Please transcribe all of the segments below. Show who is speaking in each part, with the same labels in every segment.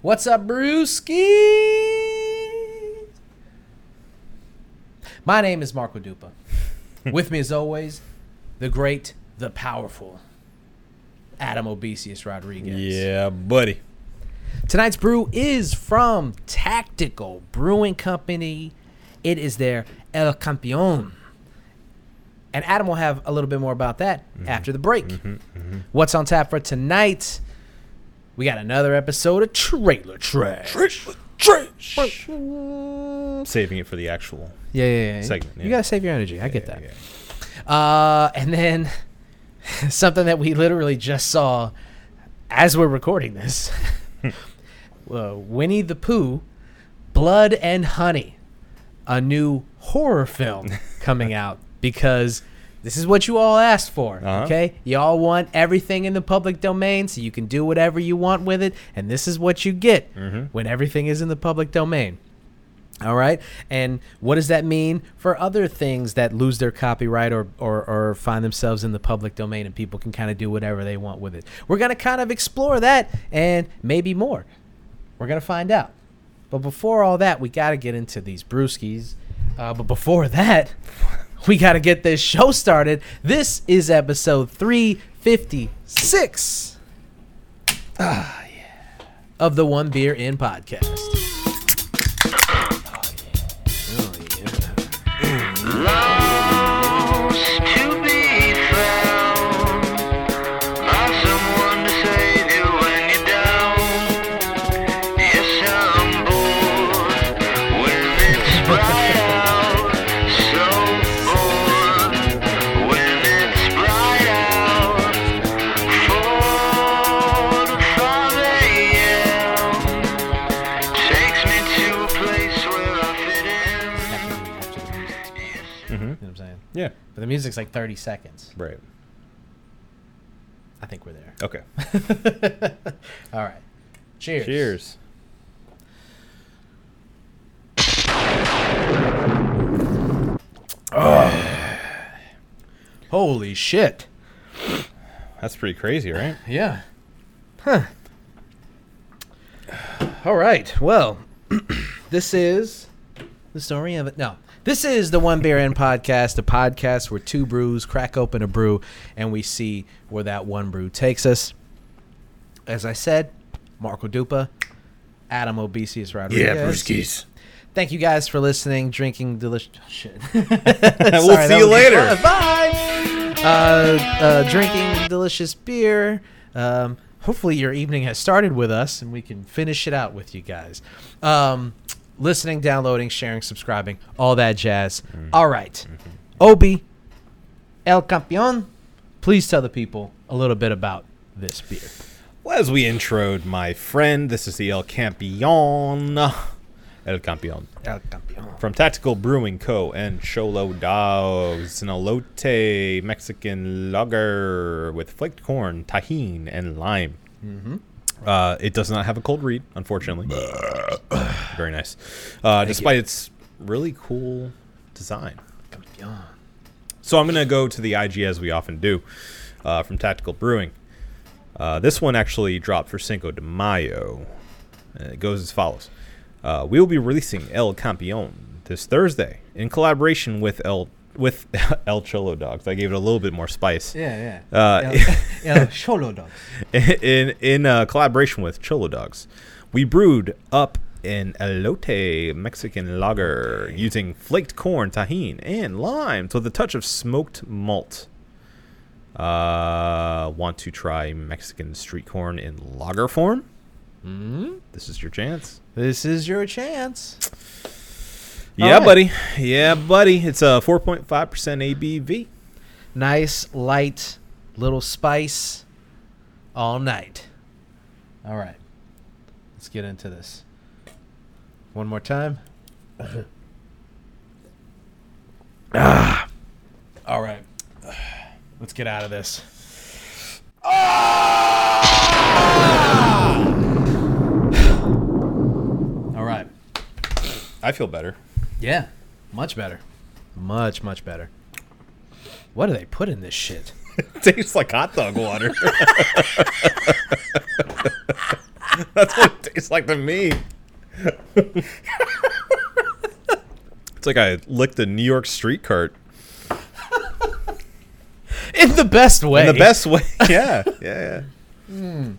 Speaker 1: What's up, Brewski? My name is Marco Dupa. With me, as always, the great, the powerful Adam Obesius Rodriguez.
Speaker 2: Yeah, buddy.
Speaker 1: Tonight's brew is from Tactical Brewing Company. It is their El Campeon. And Adam will have a little bit more about that after the break. What's on tap for tonight? We got another episode of Trailer Trash.
Speaker 2: Trash. Mm. Saving it for the actual.
Speaker 1: Yeah, yeah, yeah.
Speaker 2: Segment,
Speaker 1: You
Speaker 2: yeah.
Speaker 1: got to save your energy. I get
Speaker 2: Yeah,
Speaker 1: that.
Speaker 2: yeah.
Speaker 1: Uh, and then something that we literally just saw as we're recording this uh, Winnie the Pooh, Blood and Honey, a new horror film coming out because this is what you all asked for.
Speaker 2: Uh-huh.
Speaker 1: Okay? Y'all want everything in the public domain so you can do whatever you want with it. And this is what you get when everything is in the public domain. All right. And what does that mean for other things that lose their copyright or, or, or find themselves in the public domain and people can kind of do whatever they want with it? We're going to kind of explore that and maybe more. We're going to find out. But before all that, we got to get into these brewskis. Uh, but before that, we got to get this show started. This is episode 356 Ah, of the One Beer In podcast.
Speaker 3: Lost to be found by someone to save you when you're down. Yes, I'm bored when it's bright out. So bored when it's bright out. Four to five a.m. takes me to a place where I fit in.
Speaker 1: after the music. You know what I'm saying?
Speaker 2: Yeah.
Speaker 1: But the music's like 30 seconds.
Speaker 2: Right.
Speaker 1: I think we're there.
Speaker 2: Okay.
Speaker 1: All right. Cheers.
Speaker 2: Cheers.
Speaker 1: Holy shit.
Speaker 2: That's pretty crazy, right?
Speaker 1: Yeah. Huh. All right. Well, this is the story of it. No. This is the One Beer In podcast, the podcast where two brews crack open a brew and we see where that one brew takes us. As I said, Marco Dupa, Adam Obesius Rodriguez. Thank you guys for listening, drinking delicious shit. we'll
Speaker 2: see you later.
Speaker 1: Bye. Uh, uh, drinking delicious beer. Um, hopefully, your evening has started with us, and we can finish it out with you guys. Um, listening, downloading, sharing, subscribing, all that jazz.
Speaker 2: Mm-hmm.
Speaker 1: All right, Obi El Campeon. Please tell the people a little bit about this beer.
Speaker 2: Well, as we introed my friend, this is the El Campeon. El Campeon.
Speaker 1: El Campeon.
Speaker 2: From Tactical Brewing Co. and Cholo Dogs. An elote Mexican lager with flaked corn, tahine, and lime. Uh, it does not have a cold read, unfortunately. Very nice. Uh, despite its really cool design.
Speaker 1: Campeon.
Speaker 2: So I'm going to go to the IG as we often do uh, from Tactical Brewing. Uh, this one actually dropped for Cinco de Mayo. And it goes as follows uh, We will be releasing El Campeon this Thursday in collaboration with El. With El Cholo Dogs, I gave it a little bit more spice.
Speaker 1: Yeah, yeah.
Speaker 2: Uh,
Speaker 1: El, El Cholo Dog.
Speaker 2: in in uh, collaboration with Cholo Dogs, we brewed up an elote Mexican lager using flaked corn, tahine, and limes with a touch of smoked malt. Uh, want to try Mexican street corn in lager form? Mm-hmm. This is your chance.
Speaker 1: This is your chance. All
Speaker 2: yeah,
Speaker 1: right.
Speaker 2: buddy. Yeah, buddy. It's uh, a 4.5% ABV.
Speaker 1: nice, light, little spice all night. All right. Let's get into this. One more time. ah. All right. Let's get out of this. Ah! All right.
Speaker 2: I feel better.
Speaker 1: Yeah. Much better. Much, much better. What do they put in this shit?
Speaker 2: Tastes like hot dog water. That's what it tastes like to me. it's like I licked a New York street cart.
Speaker 1: in the best way.
Speaker 2: In the best way. Yeah. Yeah.
Speaker 1: Yeah.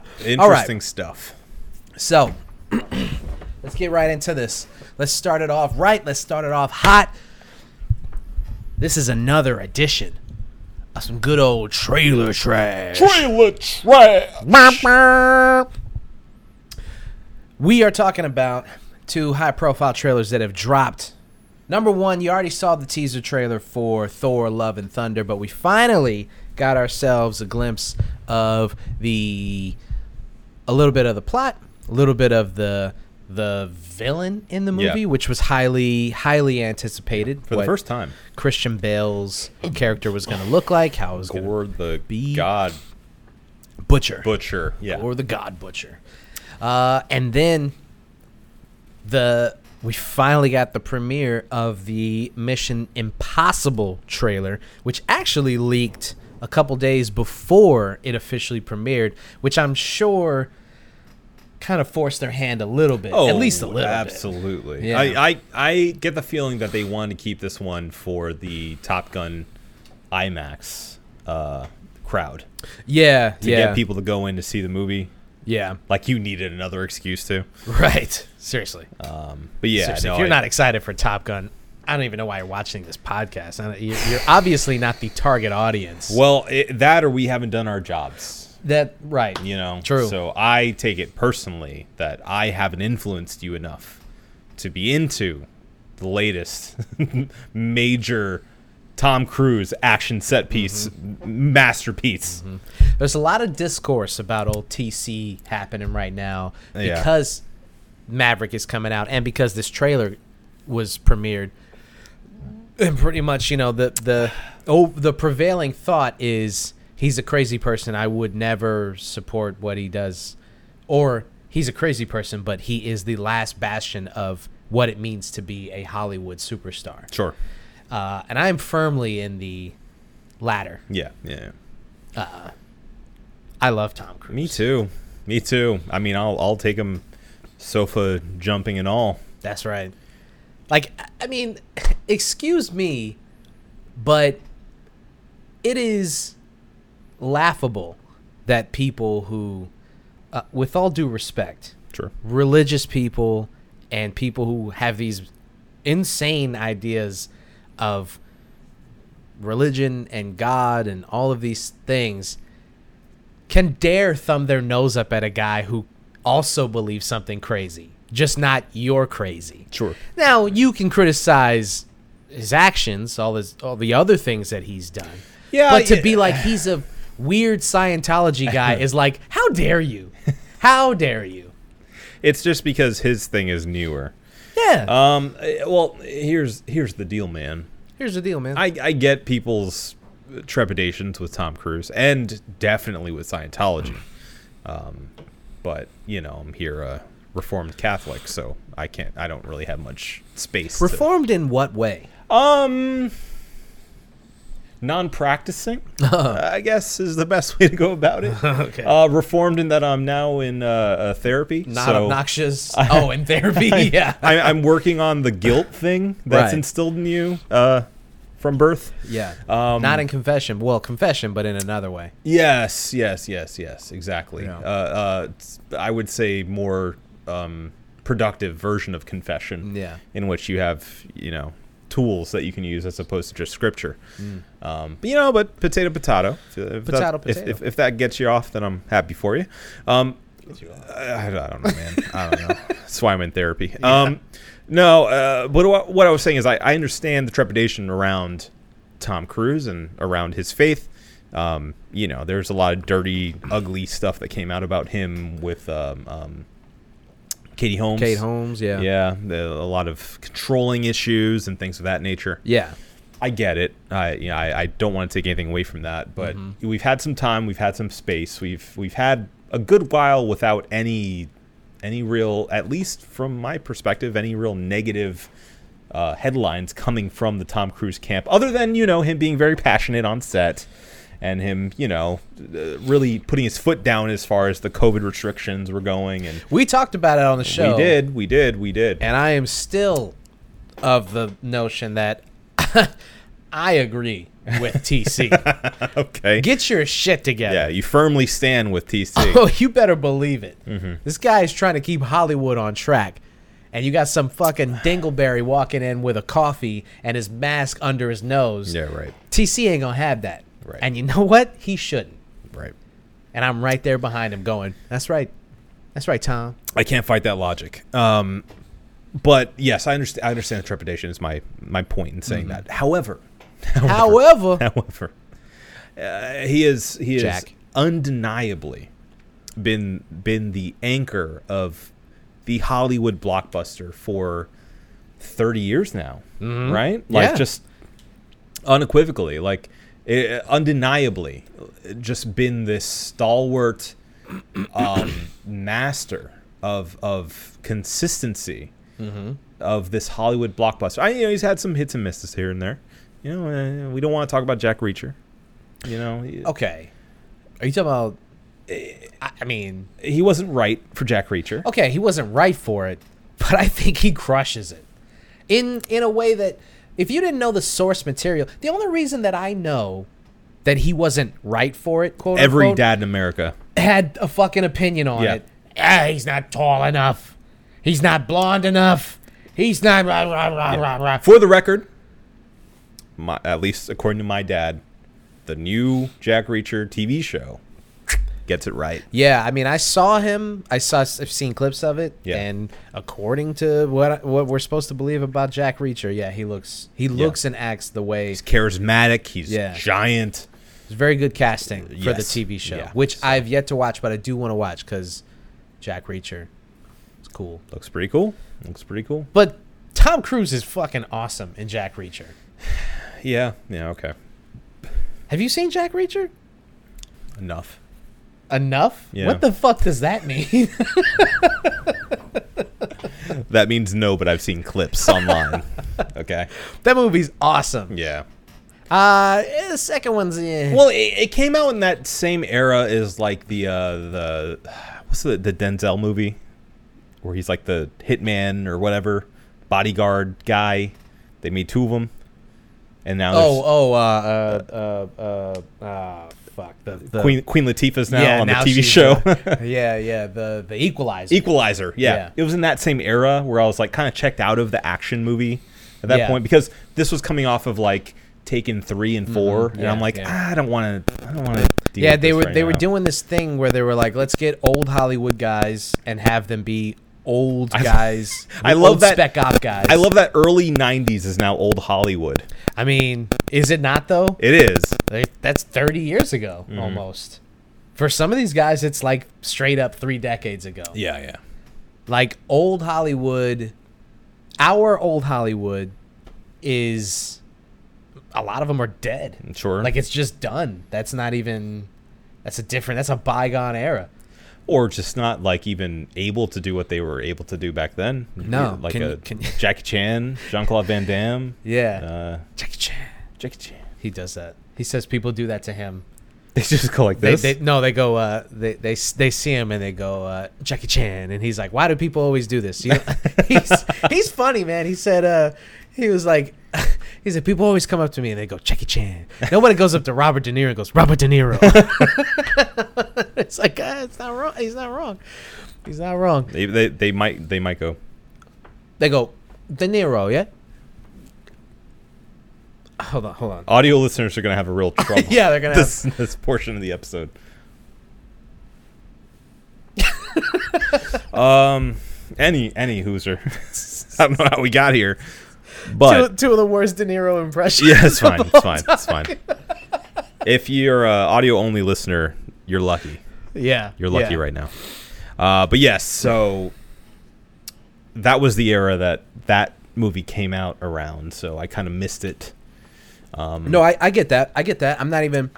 Speaker 1: All right.
Speaker 2: Interesting stuff.
Speaker 1: So let's get right into this. Let's start it off right. Let's start it off hot. This is another edition of some good old trailer trash. We are talking about two high profile trailers that have dropped. Number one, you already saw the teaser trailer for Thor, Love, and Thunder, but we finally got ourselves a glimpse of the. a little bit of the plot, a little bit of the. The villain in the
Speaker 2: Yeah.
Speaker 1: movie, which was highly, highly anticipated
Speaker 2: For the
Speaker 1: what
Speaker 2: first time.
Speaker 1: Christian Bale's character was going to look like, how it was going to
Speaker 2: Gore the
Speaker 1: be-
Speaker 2: God
Speaker 1: butcher,
Speaker 2: Butcher. Yeah.
Speaker 1: or the God Butcher. Uh, and then the we finally got the premiere of the Mission Impossible trailer, which actually leaked a couple days before it officially premiered, which I'm sure kind of forced their hand a little bit, at least a little. Bit.
Speaker 2: Oh, Absolutely.
Speaker 1: Yeah.
Speaker 2: I, I I get the feeling that they wanted to keep this one for the Top Gun IMAX uh, crowd
Speaker 1: Yeah,
Speaker 2: to
Speaker 1: yeah,
Speaker 2: get people to go in to see the movie.
Speaker 1: yeah.
Speaker 2: Like you needed another excuse to.
Speaker 1: Right. Seriously.
Speaker 2: But yeah,
Speaker 1: Seriously,
Speaker 2: no,
Speaker 1: if you're
Speaker 2: I-
Speaker 1: not excited for Top Gun, I don't even know why you're watching this podcast. I don't- you- You're obviously not the target audience.
Speaker 2: Well, it, that or we haven't done our jobs.
Speaker 1: That right.
Speaker 2: You know.
Speaker 1: True.
Speaker 2: So I take it personally that I haven't influenced you enough to be into the latest major Tom Cruise action set piece
Speaker 1: Mm-hmm.
Speaker 2: masterpiece.
Speaker 1: There's a lot of discourse about old TC happening right now
Speaker 2: Yeah.
Speaker 1: because Maverick is coming out and because this trailer was premiered. And pretty much, you know, the the oh the prevailing thought is he's a crazy person. I would never support what he does or he's a crazy person, but he is the last bastion of what it means to be a Hollywood superstar.
Speaker 2: Sure.
Speaker 1: Uh, and I'm firmly in the latter.
Speaker 2: Yeah. Yeah.
Speaker 1: I love Tom Cruise.
Speaker 2: Me too. Me too. I mean, I'll I'll take him sofa jumping and all.
Speaker 1: That's right. Like, I- I mean, excuse me, but it is laughable that people who, uh, with all due respect,
Speaker 2: Sure.
Speaker 1: religious people and people who have these insane ideas of religion and God and all of these things can dare thumb their nose up at a guy who also believes something crazy, just not you're crazy.
Speaker 2: Sure.
Speaker 1: Now you can criticize his actions, all his all the other things that he's done.
Speaker 2: Yeah,
Speaker 1: but to
Speaker 2: I-
Speaker 1: be like he's a weird Scientology guy is like, how dare you? How dare you?
Speaker 2: It's just because his thing is newer.
Speaker 1: Yeah.
Speaker 2: Um. eh, Well, here's here's the deal, man.
Speaker 1: Here's the deal, man.
Speaker 2: I, I get people's trepidations with Tom Cruise and definitely with Scientology. Um, but, you know, I'm here a reformed Catholic, so I can't I don't really have much space. to-
Speaker 1: Reformed in what way?
Speaker 2: um non-practicing, I guess is the best way to go about it.
Speaker 1: Okay.
Speaker 2: Uh reformed in that I'm now in uh, uh therapy.
Speaker 1: Not
Speaker 2: so
Speaker 1: obnoxious. oh, in therapy. yeah.
Speaker 2: I, I'm working on the guilt thing that's
Speaker 1: Right.
Speaker 2: instilled in you uh from birth.
Speaker 1: yeah.
Speaker 2: Um,
Speaker 1: Not in confession. Well, confession, but in another way.
Speaker 2: Yes, yes, yes, yes, exactly.
Speaker 1: Yeah.
Speaker 2: Uh, uh, it's- I would say more um, productive version of confession,
Speaker 1: Yeah.
Speaker 2: in which you have you know tools that you can use as opposed to just scripture. Um, but you know, but potato, potato. If- If
Speaker 1: Mm. Potato,
Speaker 2: that, if-
Speaker 1: potato.
Speaker 2: If, if that gets you off, then I'm happy for you. Um, I, I don't know, man. I don't know. That's why I'm in therapy. Um, no, uh, but what, what I was saying is I, I understand the trepidation around Tom Cruise and around his faith. Um, you know, there's a lot of dirty, ugly stuff that came out about him with um, um, Katie Holmes.
Speaker 1: Kate Holmes. Yeah.
Speaker 2: Yeah, the, a lot of controlling issues and things of that nature.
Speaker 1: Yeah.
Speaker 2: I get it. I you know, I, I don't want to take anything away from that, but we've had some time, we've had some space, we've we've had a good while without any any real, at least from my perspective, any real negative uh, headlines coming from the Tom Cruise camp, other than you know him being very passionate on set and him, you know, uh, really putting his foot down as far as the COVID restrictions were going. And
Speaker 1: We talked about it on the show.
Speaker 2: we did, we did, we did.
Speaker 1: Oh. And I am still of the notion that I agree with TC.
Speaker 2: okay.
Speaker 1: Get your shit
Speaker 2: yeah,
Speaker 1: together.
Speaker 2: you firmly stand with TC.
Speaker 1: Oh, you better believe it.
Speaker 2: Mm-hmm.
Speaker 1: This guy is trying to keep Hollywood on track. And you got some fucking dingleberry walking in with a coffee and his mask under his nose.
Speaker 2: Yeah, right.
Speaker 1: TC ain't going to have that.
Speaker 2: Right.
Speaker 1: And you know what? He shouldn't.
Speaker 2: Right.
Speaker 1: And I'm right there behind him going, that's right. That's right, Tom.
Speaker 2: I can't fight that logic. Um, but yes, I understand. I understand the trepidation is my my point in saying that. However,
Speaker 1: Mm-hmm. However,
Speaker 2: however, uh, he is he is
Speaker 1: Jack.
Speaker 2: undeniably been been the anchor of the Hollywood blockbuster for thirty years now, right? Like
Speaker 1: Yeah.
Speaker 2: just unequivocally, like eh, undeniably, just been this stalwart um, master of of consistency
Speaker 1: Mm-hmm.
Speaker 2: of this Hollywood blockbuster. I you know he's had some hits and misses here and there. You know, uh, we don't want to talk about Jack Reacher. You know, he,
Speaker 1: okay. Are you talking about. eh, I I mean,
Speaker 2: he wasn't right for Jack Reacher.
Speaker 1: okay, he wasn't right for it, but I think he crushes it in in a way that if you didn't know the source material, the only reason that I know that he wasn't right for it, quote
Speaker 2: Every
Speaker 1: unquote,
Speaker 2: dad in America.
Speaker 1: had a fucking opinion on
Speaker 2: Yeah.
Speaker 1: it. Ah, he's not tall enough. He's not blonde enough. He's not rah, rah, rah, rah, rah.
Speaker 2: For the record, my, at least according to my dad, the new Jack Reacher TV show gets it right.
Speaker 1: Yeah, I mean, I saw him. I saw. I've seen clips of it.
Speaker 2: Yeah.
Speaker 1: And according to what what we're supposed to believe about Jack Reacher, yeah, he looks he looks and acts the way
Speaker 2: He's charismatic. He's
Speaker 1: Yeah.
Speaker 2: giant.
Speaker 1: It's very good casting for
Speaker 2: Yes.
Speaker 1: the TV show,
Speaker 2: Yeah.
Speaker 1: which I've yet to watch, but I do want to watch because Jack Reacher is cool.
Speaker 2: Looks pretty cool. Looks pretty cool.
Speaker 1: But Tom Cruise is fucking awesome in Jack Reacher.
Speaker 2: Yeah. Yeah. Okay.
Speaker 1: Have you seen Jack Reacher?
Speaker 2: Enough.
Speaker 1: Enough?
Speaker 2: Yeah.
Speaker 1: What the fuck does that mean?
Speaker 2: That means no, but I've seen clips online. okay.
Speaker 1: that movie's awesome.
Speaker 2: Yeah.
Speaker 1: Uh, eh, the second one's eh.
Speaker 2: Well, it, it came out in that same era as like the uh, the what's the the Denzel movie where he's like the hitman or whatever bodyguard guy. They made two of them, and now
Speaker 1: oh
Speaker 2: there's
Speaker 1: oh uh uh uh uh, uh fuck the, the
Speaker 2: Queen Queen Latifah's now on the TV
Speaker 1: she's,
Speaker 2: show.
Speaker 1: uh, yeah yeah the the Equalizer.
Speaker 2: Equalizer. Yeah.
Speaker 1: Yeah.
Speaker 2: It was in that same era where I was like kind of checked out of the action movie at that
Speaker 1: Yeah.
Speaker 2: point because this was coming off of like Taken 3 and 4 and
Speaker 1: Mm-hmm. Yeah,
Speaker 2: I'm like
Speaker 1: yeah.
Speaker 2: "Ah, I don't want to I don't want to
Speaker 1: Yeah, they were they were doing this thing where they were like, let's get old Hollywood guys and have them be old guys.
Speaker 2: I
Speaker 1: old
Speaker 2: love that-
Speaker 1: spec op guys.
Speaker 2: I love that early 90s is now old Hollywood.
Speaker 1: I mean, is it not though?
Speaker 2: It Mm-hmm. is.
Speaker 1: They- That's thirty years ago almost. For some of these guys, it's like straight up three decades ago.
Speaker 2: Yeah, yeah.
Speaker 1: Like old Hollywood, our old Hollywood is a lot of them are dead.
Speaker 2: Mm, Sure.
Speaker 1: Like it's just done. That's not even. That's a different. That's a bygone era.
Speaker 2: or just not like even able to do what they were able to do back then.
Speaker 1: No.
Speaker 2: like
Speaker 1: Can-
Speaker 2: a
Speaker 1: can-
Speaker 2: Jackie Chan, Jean Claude Van Damme.
Speaker 1: Yeah.
Speaker 2: Uh,
Speaker 1: Jackie Chan.
Speaker 2: Jackie Chan.
Speaker 1: He does that. He says people do that to him.
Speaker 2: They just go like
Speaker 1: They,
Speaker 2: this.
Speaker 1: they no, they go. Uh, they they s- they see him and they go uh, Jackie Chan, and he's like, "Why do people always do this?" You know? he's he's funny, man. He said, uh, he was like, he said, people always come up to me and they go Jackie Chan. Nobody goes up to Robert De Niro and goes Robert De Niro. it's like uh, it's not wrong. He's not wrong. He's not wrong.
Speaker 2: they, they, they might they might go.
Speaker 1: They go De Niro, yeah. Hold on, hold on.
Speaker 2: Audio listeners are gonna have a real trouble.
Speaker 1: Yeah, they're gonna.
Speaker 2: This this portion of the episode. um. Any any hooser. I don't know how we got here, but
Speaker 1: have two, two of the worst De Niro impressions.
Speaker 2: Yeah, it's fine. It's fine. It's fine. If you're an audio only listener, you're lucky.
Speaker 1: Yeah.
Speaker 2: You're lucky
Speaker 1: yeah.
Speaker 2: right now. Uh, but yes, so that was the era that that movie came out around. So I kind of missed it.
Speaker 1: No, I, I get that. I get that. I'm not even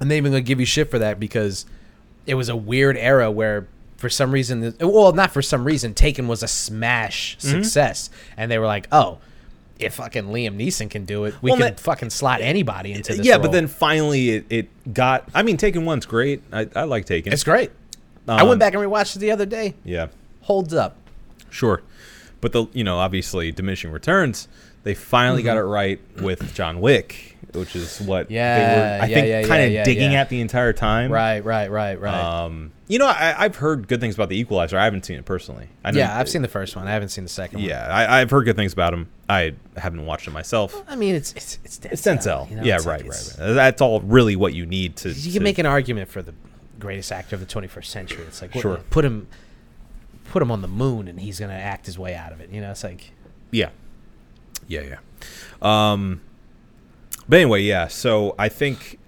Speaker 1: I'm not even gonna give you shit for that because it was a weird era where for some reason the- well, not for some reason, Taken was a smash success. And they were like, Oh, if fucking Liam Neeson can do it, we
Speaker 2: Well,
Speaker 1: can
Speaker 2: that-
Speaker 1: fucking slot anybody into this.
Speaker 2: yeah, but
Speaker 1: role.
Speaker 2: then finally it, it got. I mean, Taken One's great. I, I like Taken.
Speaker 1: it's great. I
Speaker 2: Um,
Speaker 1: went back and rewatched it the other day.
Speaker 2: Yeah,
Speaker 1: Holds up.
Speaker 2: sure. But the you know obviously diminishing returns. They finally
Speaker 1: Mm-hmm.
Speaker 2: got it right with John Wick, which is what
Speaker 1: Yeah,
Speaker 2: they were. I
Speaker 1: yeah,
Speaker 2: think
Speaker 1: yeah, yeah,
Speaker 2: kind of
Speaker 1: yeah,
Speaker 2: digging
Speaker 1: yeah.
Speaker 2: at the entire time.
Speaker 1: Right, right, right, right.
Speaker 2: Um, you know, I, I've heard good things about the Equalizer. I haven't seen it personally. I know-
Speaker 1: yeah, I've seen the first one. I haven't seen the second one.
Speaker 2: Yeah, I, I've heard good things about him. I haven't watched it myself.
Speaker 1: I mean, it's it's it's Denzel.
Speaker 2: It's Denzel.
Speaker 1: you know,
Speaker 2: yeah,
Speaker 1: it's like
Speaker 2: right,
Speaker 1: it's-
Speaker 2: right, right. That's all really what you need to.
Speaker 1: You
Speaker 2: to-
Speaker 1: can make an argument for the greatest actor of the 21st century. It's like what,
Speaker 2: Sure.
Speaker 1: put him put him on the moon and he's gonna act his way out of it. You know, it's like
Speaker 2: Yeah. Yeah, yeah. Um, but anyway, yeah. So I think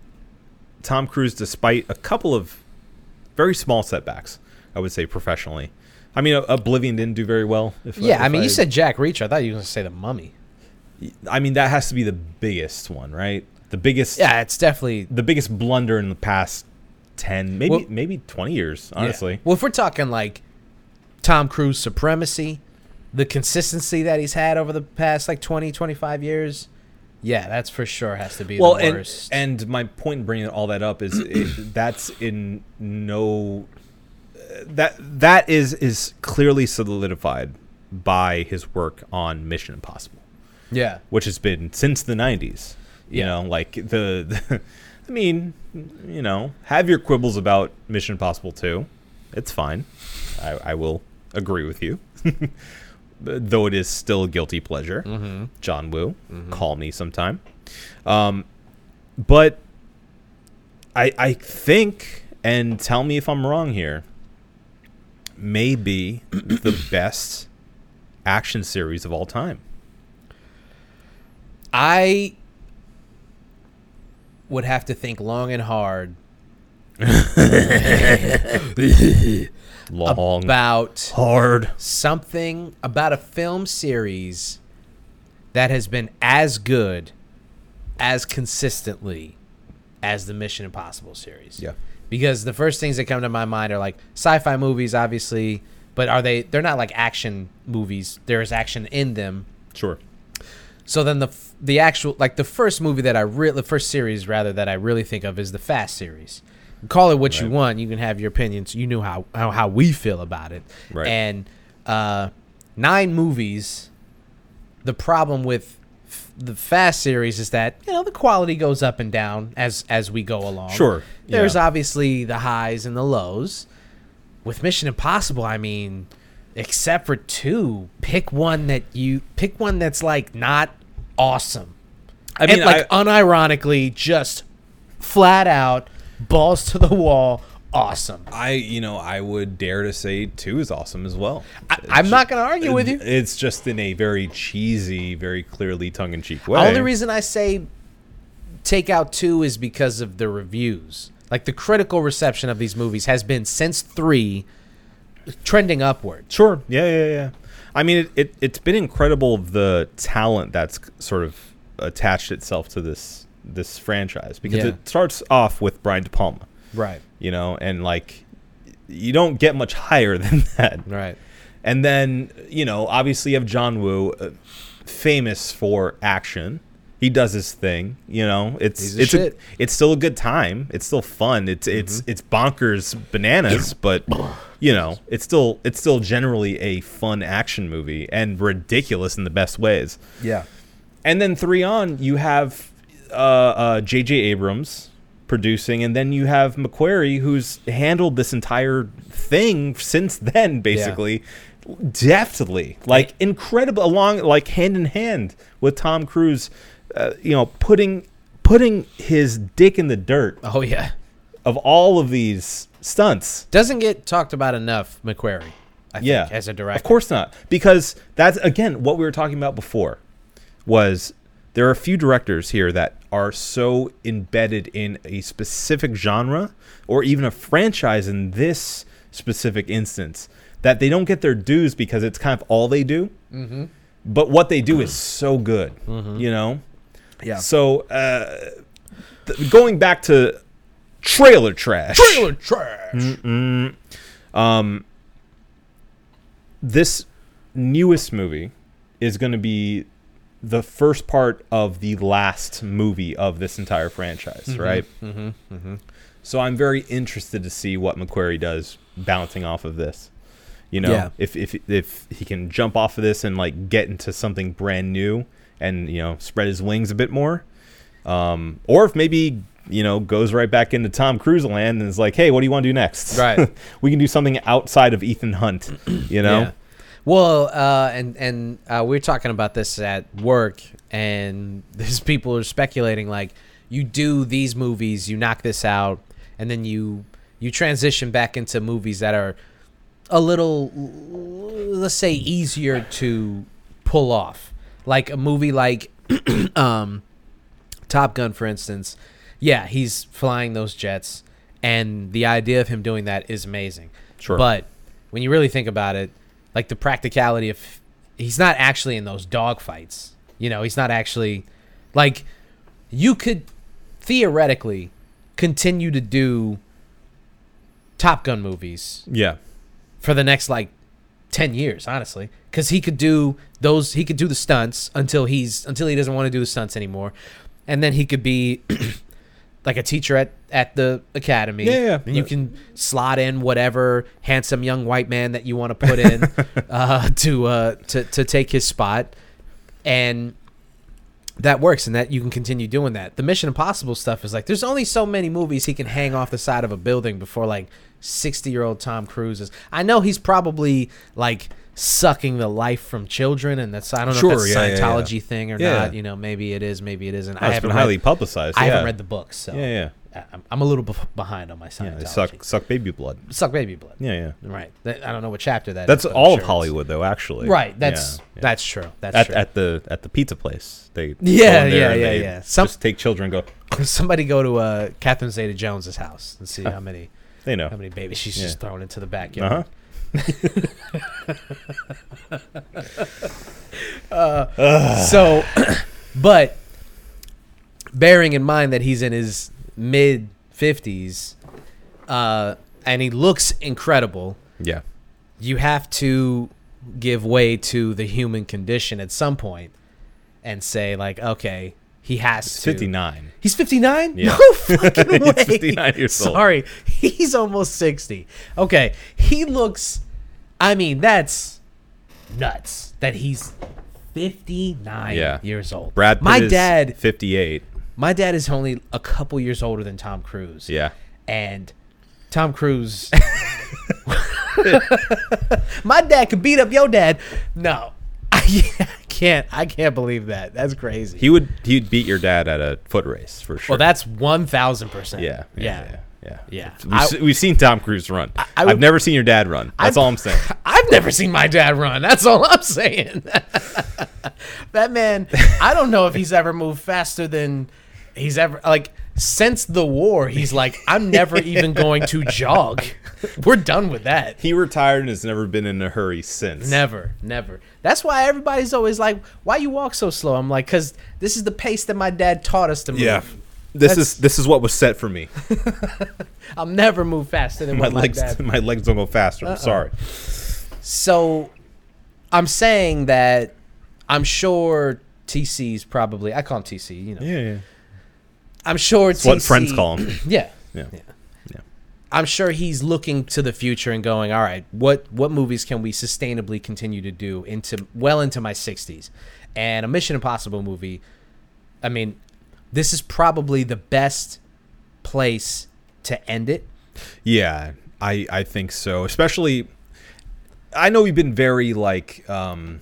Speaker 2: Tom Cruise, despite a couple of very small setbacks, I would say professionally. I mean, Oblivion didn't do very well. If,
Speaker 1: yeah. I
Speaker 2: if
Speaker 1: mean, you said Jack Reacher. I thought you were gonna say the Mummy.
Speaker 2: I mean, that has to be the biggest one, right? The biggest.
Speaker 1: Yeah, it's definitely
Speaker 2: The biggest blunder in the past ten, maybe
Speaker 1: Well-
Speaker 2: maybe twenty years, honestly.
Speaker 1: Yeah. Well, if we're talking like Tom Cruise supremacy, the consistency that he's had over the past like 20, 25 years, yeah, that's for sure has to be
Speaker 2: well,
Speaker 1: the
Speaker 2: and,
Speaker 1: worst.
Speaker 2: and my point in bringing all that up is it, that's in no that that is is clearly solidified by his work on Mission Impossible,
Speaker 1: yeah.
Speaker 2: which has been since the '90s. You
Speaker 1: Yeah.
Speaker 2: know, like the, the, I mean, you know, have your quibbles about Mission Impossible 2. It's fine. I, I will agree with you. Though it is still guilty pleasure. John Woo, call me sometime. Um, but I I think, and tell me if I'm wrong here. Maybe the best action series of all time.
Speaker 1: I would have to think long and hard
Speaker 2: Long,
Speaker 1: about
Speaker 2: hard.
Speaker 1: something about a film series that has been as good as consistently as the Mission Impossible series.
Speaker 2: Yeah.
Speaker 1: Because the first things that come to my mind are like sci-fi movies obviously, but are they they're not like action movies. There is action in them.
Speaker 2: Sure.
Speaker 1: So then the f- the actual like the first movie that I really the first series rather that I really think of is the Fast series. Call it what you
Speaker 2: Right.
Speaker 1: want. You can have your opinions. You knew how how, how we feel about it.
Speaker 2: Right.
Speaker 1: And uh, nine movies. The problem with f- the Fast series is that you know the quality goes up and down as as we go along.
Speaker 2: Sure,
Speaker 1: There's
Speaker 2: yeah.
Speaker 1: obviously the highs and the lows. With Mission Impossible, I mean, except for two, pick one that you pick one that's like not awesome.
Speaker 2: I
Speaker 1: and like unironically, just flat out balls to the wall, awesome.
Speaker 2: I you know I would dare to say two is awesome as well.
Speaker 1: I, I'm not gonna argue
Speaker 2: Uh,
Speaker 1: with you.
Speaker 2: It's just in a very cheesy, very clearly tongue in cheek way.
Speaker 1: The only reason I say take out two is because of the reviews. Like the critical reception of these movies has been since three trending upward.
Speaker 2: Sure. Yeah, yeah, yeah. I mean, it, it it's been incredible the talent that's c- sort of attached itself to this this franchise because
Speaker 1: Yeah.
Speaker 2: it starts off with Brian De Palma,
Speaker 1: Right.
Speaker 2: you know, and like y- you don't get much higher than that.
Speaker 1: Right.
Speaker 2: And then, you know, obviously you have John Woo, uh, famous for action. He does his thing, you know. It's
Speaker 1: He's the
Speaker 2: it's
Speaker 1: shit. Mm-hmm.
Speaker 2: A, it's still a good time. It's still fun. It's it's it's bonkers bananas, but you know, it's still it's still generally a fun action movie and ridiculous in the best ways.
Speaker 1: Yeah.
Speaker 2: And then three on, you have uh, uh, J.J. Abrams producing, and then you have McQuarrie, who's handled this entire thing since then, basically, deftly, like incredible, along like hand in hand with Tom Cruise, uh, you know, putting putting his dick in the dirt
Speaker 1: Oh yeah.
Speaker 2: of all of these stunts.
Speaker 1: Doesn't get talked about enough, McQuarrie. I
Speaker 2: yeah,
Speaker 1: think, as a director.
Speaker 2: Of course not, because that's again what we were talking about before. Was there are a few directors here that are so embedded in a specific genre or even a franchise in this specific instance that they don't get their dues because it's kind of all they do. Mm-hmm. But what they do is so good, you know.
Speaker 1: Mm-hmm. Yeah.
Speaker 2: So uh, th- going back to trailer trash.
Speaker 1: Trailer trash.
Speaker 2: this newest movie is going to be the first part of the last movie of this entire franchise, right? Mm-hmm, mm-hmm. So I'm very interested to see what McQuarrie does bouncing off of this. You know,
Speaker 1: Yeah.
Speaker 2: if if if he can jump off of this and like get into something brand new and you know spread his wings a bit more, um, or if maybe you know goes right back into Tom Cruise land and is like, hey, what do you want to do next?
Speaker 1: Right.
Speaker 2: we can do something outside of Ethan Hunt. You know.
Speaker 1: Yeah. Well, uh, and and uh, we were talking about this at work, and there's people are speculating like, you do these movies, you knock this out, and then you you transition back into movies that are a little, let's say, easier to pull off, like a movie like um, Top Gun, for instance, yeah, he's flying those jets, and the idea of him doing that is amazing.
Speaker 2: Sure.
Speaker 1: But when you really think about it, like the practicality of he's not actually in those dogfights. You know, he's not actually like you could theoretically continue to do Top Gun movies
Speaker 2: Yeah.
Speaker 1: for the next like 10 years honestly because he could do those he could do the stunts until he's until he doesn't want to do the stunts anymore and then he could be like a teacher at at the academy
Speaker 2: Yeah, yeah.
Speaker 1: and you can slot in whatever handsome young white man that you want to put in uh to uh to to take his spot and that works and that you can continue doing that. The Mission Impossible stuff is like there's only so many movies he can hang off the side of a building before like 60-year-old Tom Cruise is. I know he's probably like sucking the life from children and that's I don't know
Speaker 2: Sure,
Speaker 1: if that's a
Speaker 2: yeah, yeah, yeah.
Speaker 1: Scientology thing or
Speaker 2: Yeah.
Speaker 1: not, you know, maybe it is, maybe it isn't. I
Speaker 2: It's
Speaker 1: haven't
Speaker 2: been
Speaker 1: read,
Speaker 2: highly publicized.
Speaker 1: I
Speaker 2: yeah.
Speaker 1: haven't read the book, so
Speaker 2: Yeah, yeah.
Speaker 1: I- I'm, I'm a little bef behind on my
Speaker 2: Yeah,
Speaker 1: Scientology.
Speaker 2: they suck suck baby blood.
Speaker 1: Suck baby blood.
Speaker 2: Yeah, yeah.
Speaker 1: Right. That- I don't know what chapter that
Speaker 2: That's
Speaker 1: is, but I'm
Speaker 2: all
Speaker 1: sure
Speaker 2: of
Speaker 1: it's-
Speaker 2: Hollywood, though. Actually,
Speaker 1: Right, that's
Speaker 2: Yeah, yeah.
Speaker 1: that's true. That's
Speaker 2: at,
Speaker 1: true.
Speaker 2: at the at the pizza place. They go
Speaker 1: Yeah,
Speaker 2: in there
Speaker 1: yeah,
Speaker 2: and
Speaker 1: yeah,
Speaker 2: they
Speaker 1: yeah. Some-
Speaker 2: just take children. and Go.
Speaker 1: Somebody go to uh, Catherine Zeta-Jones's house and see how many
Speaker 2: They know.
Speaker 1: how many babies she's just
Speaker 2: Yeah.
Speaker 1: thrown into the
Speaker 2: Uh
Speaker 1: backyard.
Speaker 2: huh.
Speaker 1: So, but bearing in mind that he's in his mid fifties, uh, and he looks incredible,
Speaker 2: Yeah.
Speaker 1: you have to give way to the human condition at some point and say like, okay, he has
Speaker 2: It's
Speaker 1: to.
Speaker 2: fifty nine.
Speaker 1: He's 59?
Speaker 2: Yeah.
Speaker 1: No fucking way.
Speaker 2: He's 59 years old.
Speaker 1: Sorry. He's almost 60. Okay. He looks I mean, that's nuts that he's 59
Speaker 2: Yeah.
Speaker 1: years old.
Speaker 2: Brad. Pitt
Speaker 1: My
Speaker 2: is
Speaker 1: dad
Speaker 2: fifty eight.
Speaker 1: my dad is only a couple years older than Tom Cruise.
Speaker 2: Yeah.
Speaker 1: And Tom Cruise My dad could beat up your dad. No. I can't I can't believe that. That's crazy.
Speaker 2: He would he'd beat your dad at a foot race for sure.
Speaker 1: well, that's 1000%.
Speaker 2: yeah.
Speaker 1: Yeah.
Speaker 2: Yeah. Yeah.
Speaker 1: Yeah.
Speaker 2: We've,
Speaker 1: I-
Speaker 2: se- we've seen Tom Cruise run. I,
Speaker 1: I
Speaker 2: have
Speaker 1: would-
Speaker 2: never seen your dad run. That's
Speaker 1: I-
Speaker 2: all I'm saying.
Speaker 1: I've never seen my dad run. That's all I'm saying. that man, I don't know if he's ever moved faster than he's ever like since the war. He's like, I'm never even going to jog. We're done with that.
Speaker 2: He retired and has never been in a hurry since.
Speaker 1: Never, never. That's why everybody's always like, "Why you walk so slow?" I'm like, "Cause this is the pace that my dad taught us to move.
Speaker 2: Yeah. This
Speaker 1: That's-
Speaker 2: is this is what was set for me.
Speaker 1: I'll never move faster than
Speaker 2: My
Speaker 1: what my
Speaker 2: legs
Speaker 1: dad."
Speaker 2: my legs don't go faster. I'm sorry.
Speaker 1: So I'm saying that I'm sure TC's probably I call him TC, you know.
Speaker 2: yeah.
Speaker 1: I'm sure it's
Speaker 2: what friends call him.
Speaker 1: Yeah.
Speaker 2: Yeah.
Speaker 1: I'm sure he's looking to the future and going, "All right, what what movies can we sustainably continue to do into well into my 60s?" And a Mission Impossible movie, I mean, this is probably the best place to end it.
Speaker 2: Yeah, I I think so. Especially, I know we've been very like, um,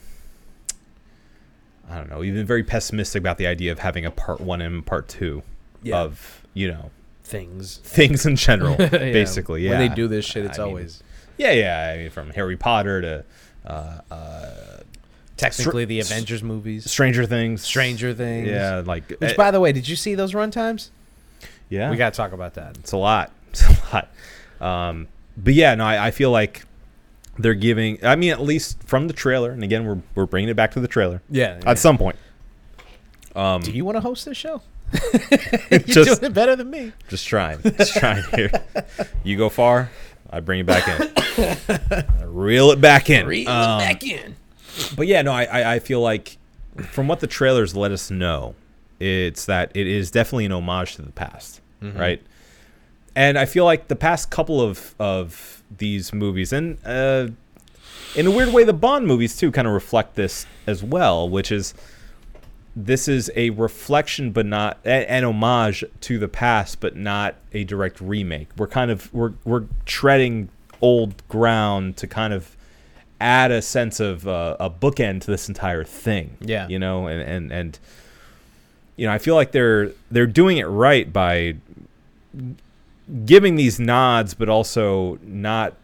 Speaker 2: I don't know, we've been very pessimistic about the idea of having a part one and part two
Speaker 1: Yeah.
Speaker 2: of you know
Speaker 1: Things.
Speaker 2: things in general, basically. Yeah,
Speaker 1: When they do this shit, it's
Speaker 2: I mean,
Speaker 1: always
Speaker 2: yeah, yeah. I mean, from Harry Potter to uh, uh,
Speaker 1: technically the
Speaker 2: Str-
Speaker 1: Avengers movies,
Speaker 2: Stranger Things,
Speaker 1: Stranger Things.
Speaker 2: Yeah, like eh,
Speaker 1: Which, by the way, did you see those runtimes?
Speaker 2: yeah,
Speaker 1: We gotta talk about that.
Speaker 2: It's a lot. It's a lot. Um, but yeah, no, I, I feel like they're giving. I mean, at least from the trailer. And again, we're we're bringing it back to the trailer
Speaker 1: Yeah.
Speaker 2: at some point. Um,
Speaker 1: Do you want to host this show? You're
Speaker 2: just
Speaker 1: doing it better than me.
Speaker 2: just trying, just trying here. You go far, I bring it back in. I reel it back in. Um,
Speaker 1: back in.
Speaker 2: but yeah, no, I, I I feel like from what the trailers let us know, it's that it is definitely an homage to the past,
Speaker 1: Mm-hmm.
Speaker 2: right? And I feel like the past couple of of these movies, and uh, in a weird way, the Bond movies too, kind of reflect this as well, which is this is a reflection, but not a- an homage to the past, but not a direct remake. We're kind of we're we're treading old ground to kind of add a sense of uh, a bookend to this entire thing.
Speaker 1: Yeah.
Speaker 2: you know, and and and you know, I feel like they're they're doing it right by giving these nods, but also not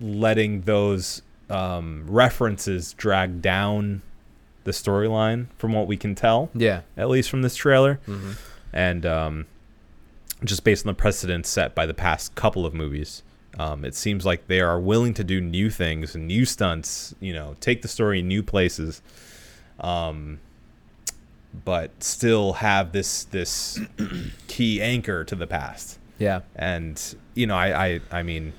Speaker 2: letting those um, references drag down the storyline, from what we can tell,
Speaker 1: Yeah.
Speaker 2: at least from this trailer, and um, just based on the precedent set by the past couple of movies. Um, it seems like they are willing to do new things, new stunts, you know, take the story in new places, um, but still have this this key anchor to the past
Speaker 1: Yeah.
Speaker 2: and you know I, I i mean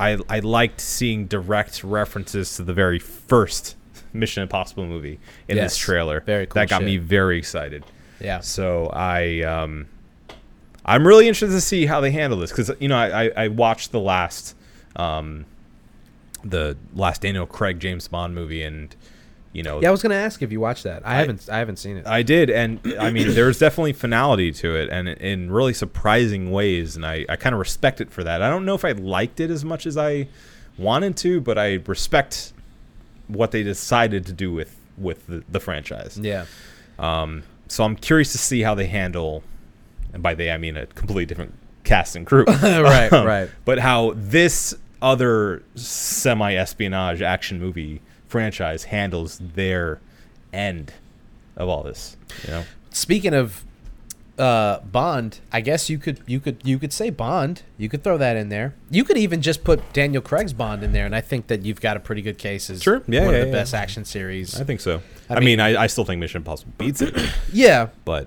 Speaker 2: i i liked seeing direct references to the very first mission impossible movie in
Speaker 1: Yes.
Speaker 2: this trailer
Speaker 1: Very cool
Speaker 2: that got
Speaker 1: shit.
Speaker 2: me very excited
Speaker 1: Yeah.
Speaker 2: so i um i'm really interested to see how they handle this because you know I, I i watched the last um the last daniel craig james bond movie and you know
Speaker 1: Yeah, I was gonna ask if you watched that. I, haven't. I haven't seen it.
Speaker 2: I did, and I mean, there's definitely finality to it, and in really surprising ways, and I, I kind of respect it for that. I don't know if I liked it as much as I wanted to, but I respect what they decided to do with with the, the franchise.
Speaker 1: yeah.
Speaker 2: So I'm curious to see how they handle, and by they I mean a completely different cast and crew, Um,
Speaker 1: Right, right.
Speaker 2: But how this other semi-espionage action movie franchise handles their end of all this, you know.
Speaker 1: Speaking of uh, Bond, I guess you could you could you could say Bond. You could throw that in there. You could even just put Daniel Craig's Bond in there, and I think that you've got a pretty good case as
Speaker 2: Sure. Yeah,
Speaker 1: one
Speaker 2: yeah,
Speaker 1: of the
Speaker 2: yeah.
Speaker 1: best action series.
Speaker 2: I think so.
Speaker 1: I
Speaker 2: I, mean, I, I still think Mission Impossible beats it,
Speaker 1: yeah,
Speaker 2: but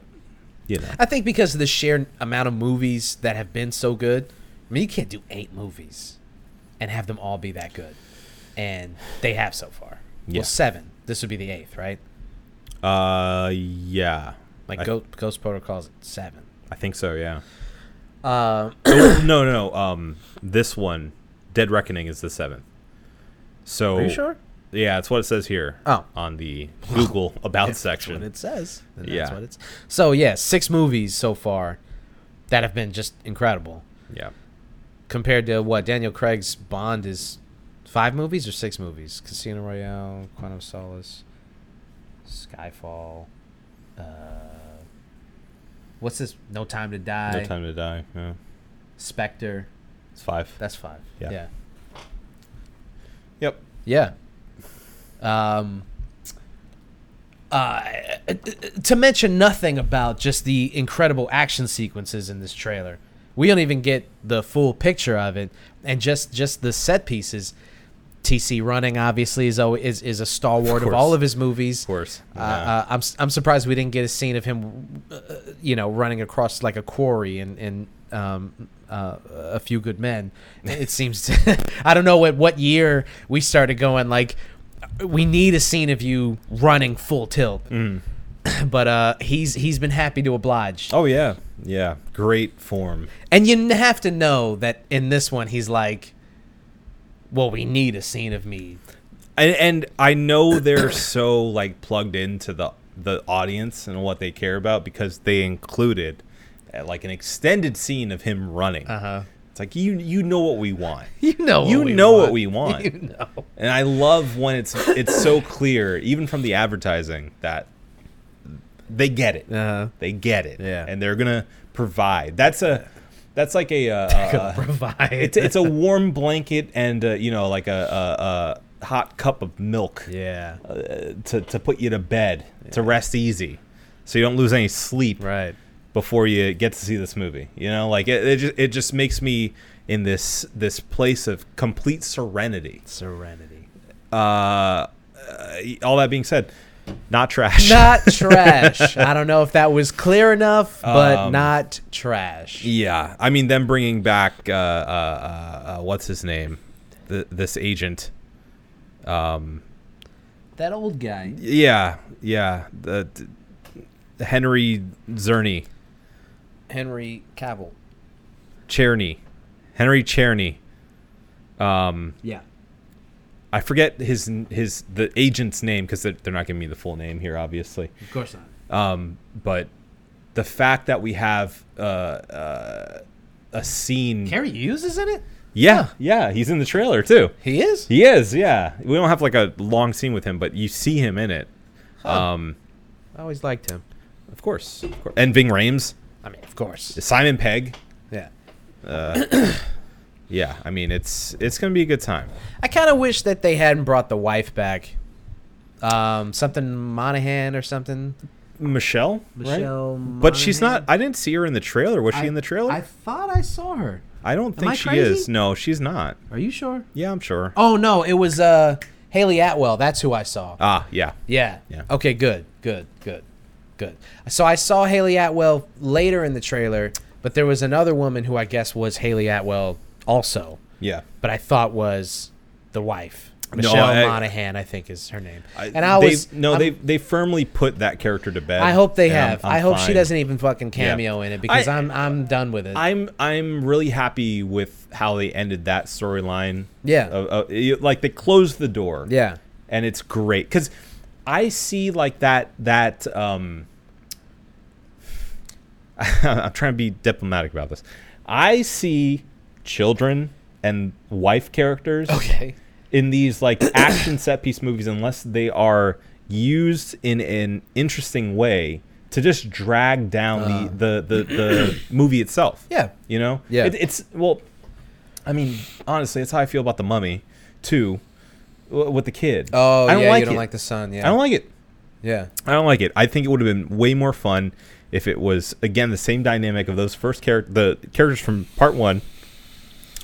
Speaker 2: you know,
Speaker 1: I think because of the sheer amount of movies that have been so good, I mean, you can't do eight movies and have them all be that good. And they have so far.
Speaker 2: Yeah.
Speaker 1: Well, seven. This would be the eighth, right?
Speaker 2: uh, yeah,
Speaker 1: Like
Speaker 2: I,
Speaker 1: Ghost, Ghost Protocol's at seven.
Speaker 2: I think so. Yeah.
Speaker 1: Uh,
Speaker 2: no, no, no. Um, this one, Dead Reckoning, is the seventh. So
Speaker 1: Are you sure?
Speaker 2: Yeah, that's what it says here.
Speaker 1: Oh.
Speaker 2: on the Google about
Speaker 1: That's what
Speaker 2: section.
Speaker 1: it says. Then That's
Speaker 2: Yeah.
Speaker 1: what it's. So yeah, six movies so far that have been just incredible.
Speaker 2: Yeah,
Speaker 1: Compared to what Daniel Craig's Bond is, five movies or six movies? Casino Royale, Quantum of Solace, Skyfall. Uh, what's this? No Time to Die.
Speaker 2: No Time to Die. Yeah.
Speaker 1: Spectre.
Speaker 2: It's five.
Speaker 1: That's five.
Speaker 2: Yeah.
Speaker 1: Yeah.
Speaker 2: yep.
Speaker 1: Yeah. Um, uh, to mention nothing about just the incredible action sequences in this trailer. We don't even get the full picture of it, and just just the set pieces. TC running obviously is always, is, is a stalwart of,
Speaker 2: course.
Speaker 1: all of his movies.
Speaker 2: Of course.
Speaker 1: Uh,
Speaker 2: Yeah.
Speaker 1: uh, I'm s- I'm surprised we didn't get a scene of him, uh, you know, running across like a quarry and and um, uh, a few good men. It seems to, I don't know at what year we started going like we need a scene of you running full tilt. But uh, he's he's been happy to oblige,
Speaker 2: Oh yeah, yeah. Great form.
Speaker 1: and you n- have to know that in this one he's like, well, we need a scene of me.
Speaker 2: and, and I know they're so like plugged into the the audience and what they care about because they included uh, like an extended scene of him running.
Speaker 1: Uh-huh.
Speaker 2: It's like you you know what we want.
Speaker 1: You know,
Speaker 2: You
Speaker 1: what we
Speaker 2: know
Speaker 1: want.
Speaker 2: what we want.
Speaker 1: You know.
Speaker 2: And I love when it's it's so clear even from the advertising that they get it.
Speaker 1: Uh-huh.
Speaker 2: They get it.
Speaker 1: Yeah.
Speaker 2: And they're going to provide. That's a that's like a uh, uh,
Speaker 1: provide.
Speaker 2: it's it's a warm blanket and uh, you know like a, a, a hot cup of milk
Speaker 1: yeah,
Speaker 2: uh, to, to put you to bed to rest easy so you don't lose any sleep
Speaker 1: right.
Speaker 2: before you get to see this movie you know like it, it, just, it just makes me in this this place of complete serenity
Speaker 1: Serenity.
Speaker 2: uh, uh all that being said not trash
Speaker 1: Not trash. I don't know if that was clear enough, but
Speaker 2: Um,
Speaker 1: not trash.
Speaker 2: yeah i mean them bringing back uh, uh, uh, uh what's his name Th this agent
Speaker 1: That old guy.
Speaker 2: Yeah, yeah. The, the Henry Zerny,
Speaker 1: Henry Cavill.
Speaker 2: Cherney, Henry Cherney. Um,
Speaker 1: Yeah.
Speaker 2: I forget his his the agent's name because they're, they're not giving me the full name here, obviously.
Speaker 1: Of course not.
Speaker 2: Um, but the fact that we have uh, uh, a scene,
Speaker 1: Carrie Hughes is in it?
Speaker 2: yeah, yeah, he's in the trailer too.
Speaker 1: He is?
Speaker 2: He is, yeah. We don't have like a long scene with him, but you see him in it. Um,
Speaker 1: I always liked him.
Speaker 2: of course, of course. And Ving Rhames,
Speaker 1: I mean, of course.
Speaker 2: Simon Pegg.
Speaker 1: Yeah.
Speaker 2: Yeah, I mean it's it's gonna be a good time.
Speaker 1: I kind of wish that they hadn't brought the wife back. Um, something Monahan or something.
Speaker 2: Michelle, right?
Speaker 1: Michelle
Speaker 2: But she's not.
Speaker 1: Monaghan?
Speaker 2: I didn't see her in the trailer. Was she in the trailer?
Speaker 1: I
Speaker 2: I,
Speaker 1: thought I saw her.
Speaker 2: don't think
Speaker 1: I
Speaker 2: she
Speaker 1: crazy?
Speaker 2: is. No, she's not.
Speaker 1: Are you sure?
Speaker 2: Yeah, I'm sure.
Speaker 1: Oh no, it was uh Haley Atwell. That's who I saw.
Speaker 2: Ah, yeah.
Speaker 1: yeah.
Speaker 2: yeah.
Speaker 1: Okay. Good. Good. Good. Good. So I saw Haley Atwell later in the trailer, but there was another woman who I guess was Haley Atwell also,
Speaker 2: Yeah.
Speaker 1: but I thought was the wife.
Speaker 2: No,
Speaker 1: Michelle
Speaker 2: I-
Speaker 1: Monaghan, I think, is her name.
Speaker 2: I,
Speaker 1: and I
Speaker 2: they,
Speaker 1: was
Speaker 2: no,
Speaker 1: I'm-
Speaker 2: they they firmly put that character to bed.
Speaker 1: I hope they
Speaker 2: and I'm-
Speaker 1: have.
Speaker 2: I'm
Speaker 1: i hope she
Speaker 2: fine.
Speaker 1: doesn't even fucking cameo in it because
Speaker 2: I-
Speaker 1: I, am I'm done with it.
Speaker 2: I'm I'm really happy with how they ended that storyline.
Speaker 1: Yeah.
Speaker 2: Uh, uh, you- like they closed the door.
Speaker 1: yeah.
Speaker 2: and it's great because I see like that that um I'm trying to be diplomatic about this. I see children and wife characters
Speaker 1: Okay.
Speaker 2: in these like action set piece movies unless they are used in an interesting way to just drag down the, the, the, the movie itself.
Speaker 1: Uh. Yeah.
Speaker 2: You know?
Speaker 1: Yeah.
Speaker 2: It, it's well I mean, honestly, it's how I feel about the mummy too w- with the kid.
Speaker 1: Oh,
Speaker 2: I
Speaker 1: yeah. you don't
Speaker 2: it.
Speaker 1: like the sun. Yeah.
Speaker 2: I don't like it.
Speaker 1: yeah.
Speaker 2: I don't like it. I think it would have been way more fun if it was again the same dynamic of those first character the characters from part 1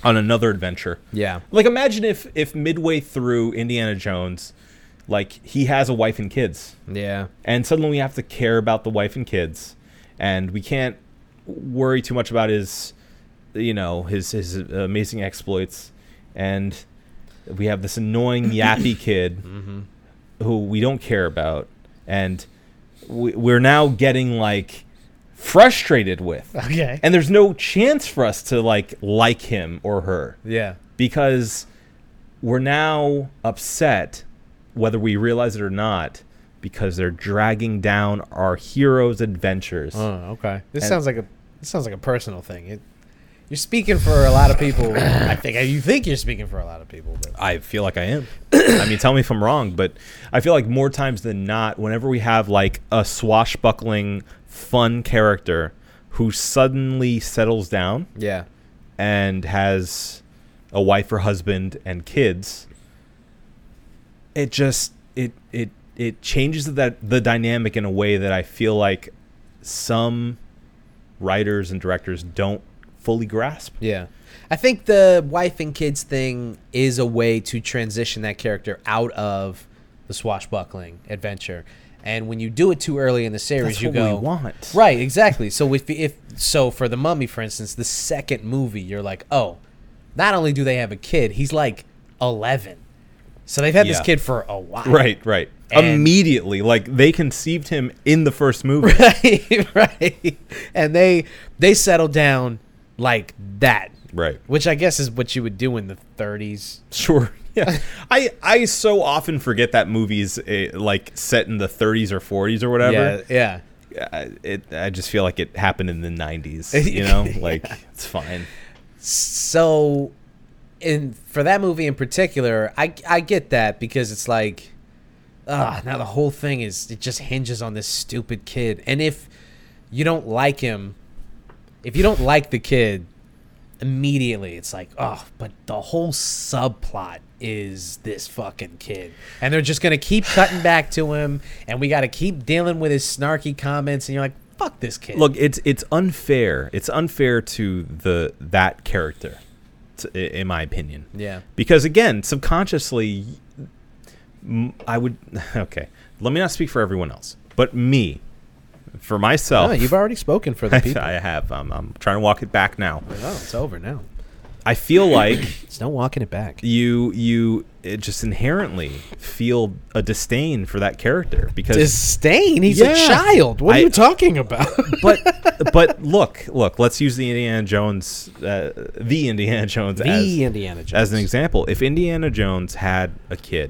Speaker 2: on another adventure.
Speaker 1: Yeah.
Speaker 2: Like imagine if if midway through Indiana Jones, like he has a wife and kids,
Speaker 1: Yeah.
Speaker 2: and suddenly we have to care about the wife and kids, and we can't worry too much about his, you know, his his amazing exploits, and we have this annoying yappy kid who we don't care about, and we, we're now getting like frustrated with.
Speaker 1: Okay.
Speaker 2: And there's no chance for us to like like him or her
Speaker 1: yeah.
Speaker 2: because we're now upset, whether we realize it or not, because they're dragging down our heroes' adventures.
Speaker 1: Oh, okay. This
Speaker 2: And-
Speaker 1: sounds like a this sounds like a personal thing. It, you're speaking for a lot of people. I think you think you're speaking for a lot of people, but
Speaker 2: I feel like I am. I mean, tell me if I'm wrong, but I feel like more times than not, whenever we have like a swashbuckling, fun character who suddenly settles down
Speaker 1: yeah.
Speaker 2: and has a wife or husband and kids, it just it it it changes that the dynamic in a way that I feel like some writers and directors don't fully grasp.
Speaker 1: Yeah. I think the wife and kids thing is a way to transition that character out of the swashbuckling adventure. And when you do it too early in the series,
Speaker 2: That's
Speaker 1: you
Speaker 2: what
Speaker 1: go
Speaker 2: we want.
Speaker 1: right, exactly. So if, if so, for the Mummy, for instance, the second movie, you're like, oh, not only do they have a kid, he's like eleven, so they've had this
Speaker 2: Yeah.
Speaker 1: kid for a while,
Speaker 2: Right, right.
Speaker 1: And-
Speaker 2: Immediately, like they conceived him in the first movie.
Speaker 1: right, right. And they they settle down like that,
Speaker 2: right.
Speaker 1: which I guess is what you would do in the 30s.
Speaker 2: Sure. Yeah. I I so often forget that movies eh, like set in the 30s or 40s or whatever.
Speaker 1: yeah.
Speaker 2: I, it, I just feel like it happened in the 90s, you know? Like, it's fine.
Speaker 1: So, in for that movie in particular, I I get that because it's like, ah, now the whole thing is it just hinges on this stupid kid, and if you don't like him, if you don't like the kid, immediately it's like, oh, but the whole subplot is this fucking kid, and they're just gonna keep cutting back to him, and we got to keep dealing with his snarky comments, and you're like, fuck this kid.
Speaker 2: Look, it's it's unfair. It's unfair to the that character, t- i- in my opinion.
Speaker 1: yeah,
Speaker 2: Because again, subconsciously, m- I would. Okay, let me not speak for everyone else, but me, for myself.
Speaker 1: no, you've already spoken for the people.
Speaker 2: I have. I'm, I'm trying to walk it back now.
Speaker 1: Oh, it's over now.
Speaker 2: I feel like
Speaker 1: It's no walking it back.
Speaker 2: you you it just inherently feel a disdain for that character because
Speaker 1: Disdain? He's
Speaker 2: Yeah.
Speaker 1: a child. What are
Speaker 2: I-
Speaker 1: you talking about?
Speaker 2: but but look look let's use the Indiana Jones uh, the Indiana Jones
Speaker 1: The
Speaker 2: as
Speaker 1: Indiana Jones.
Speaker 2: as an example if Indiana Jones had a kid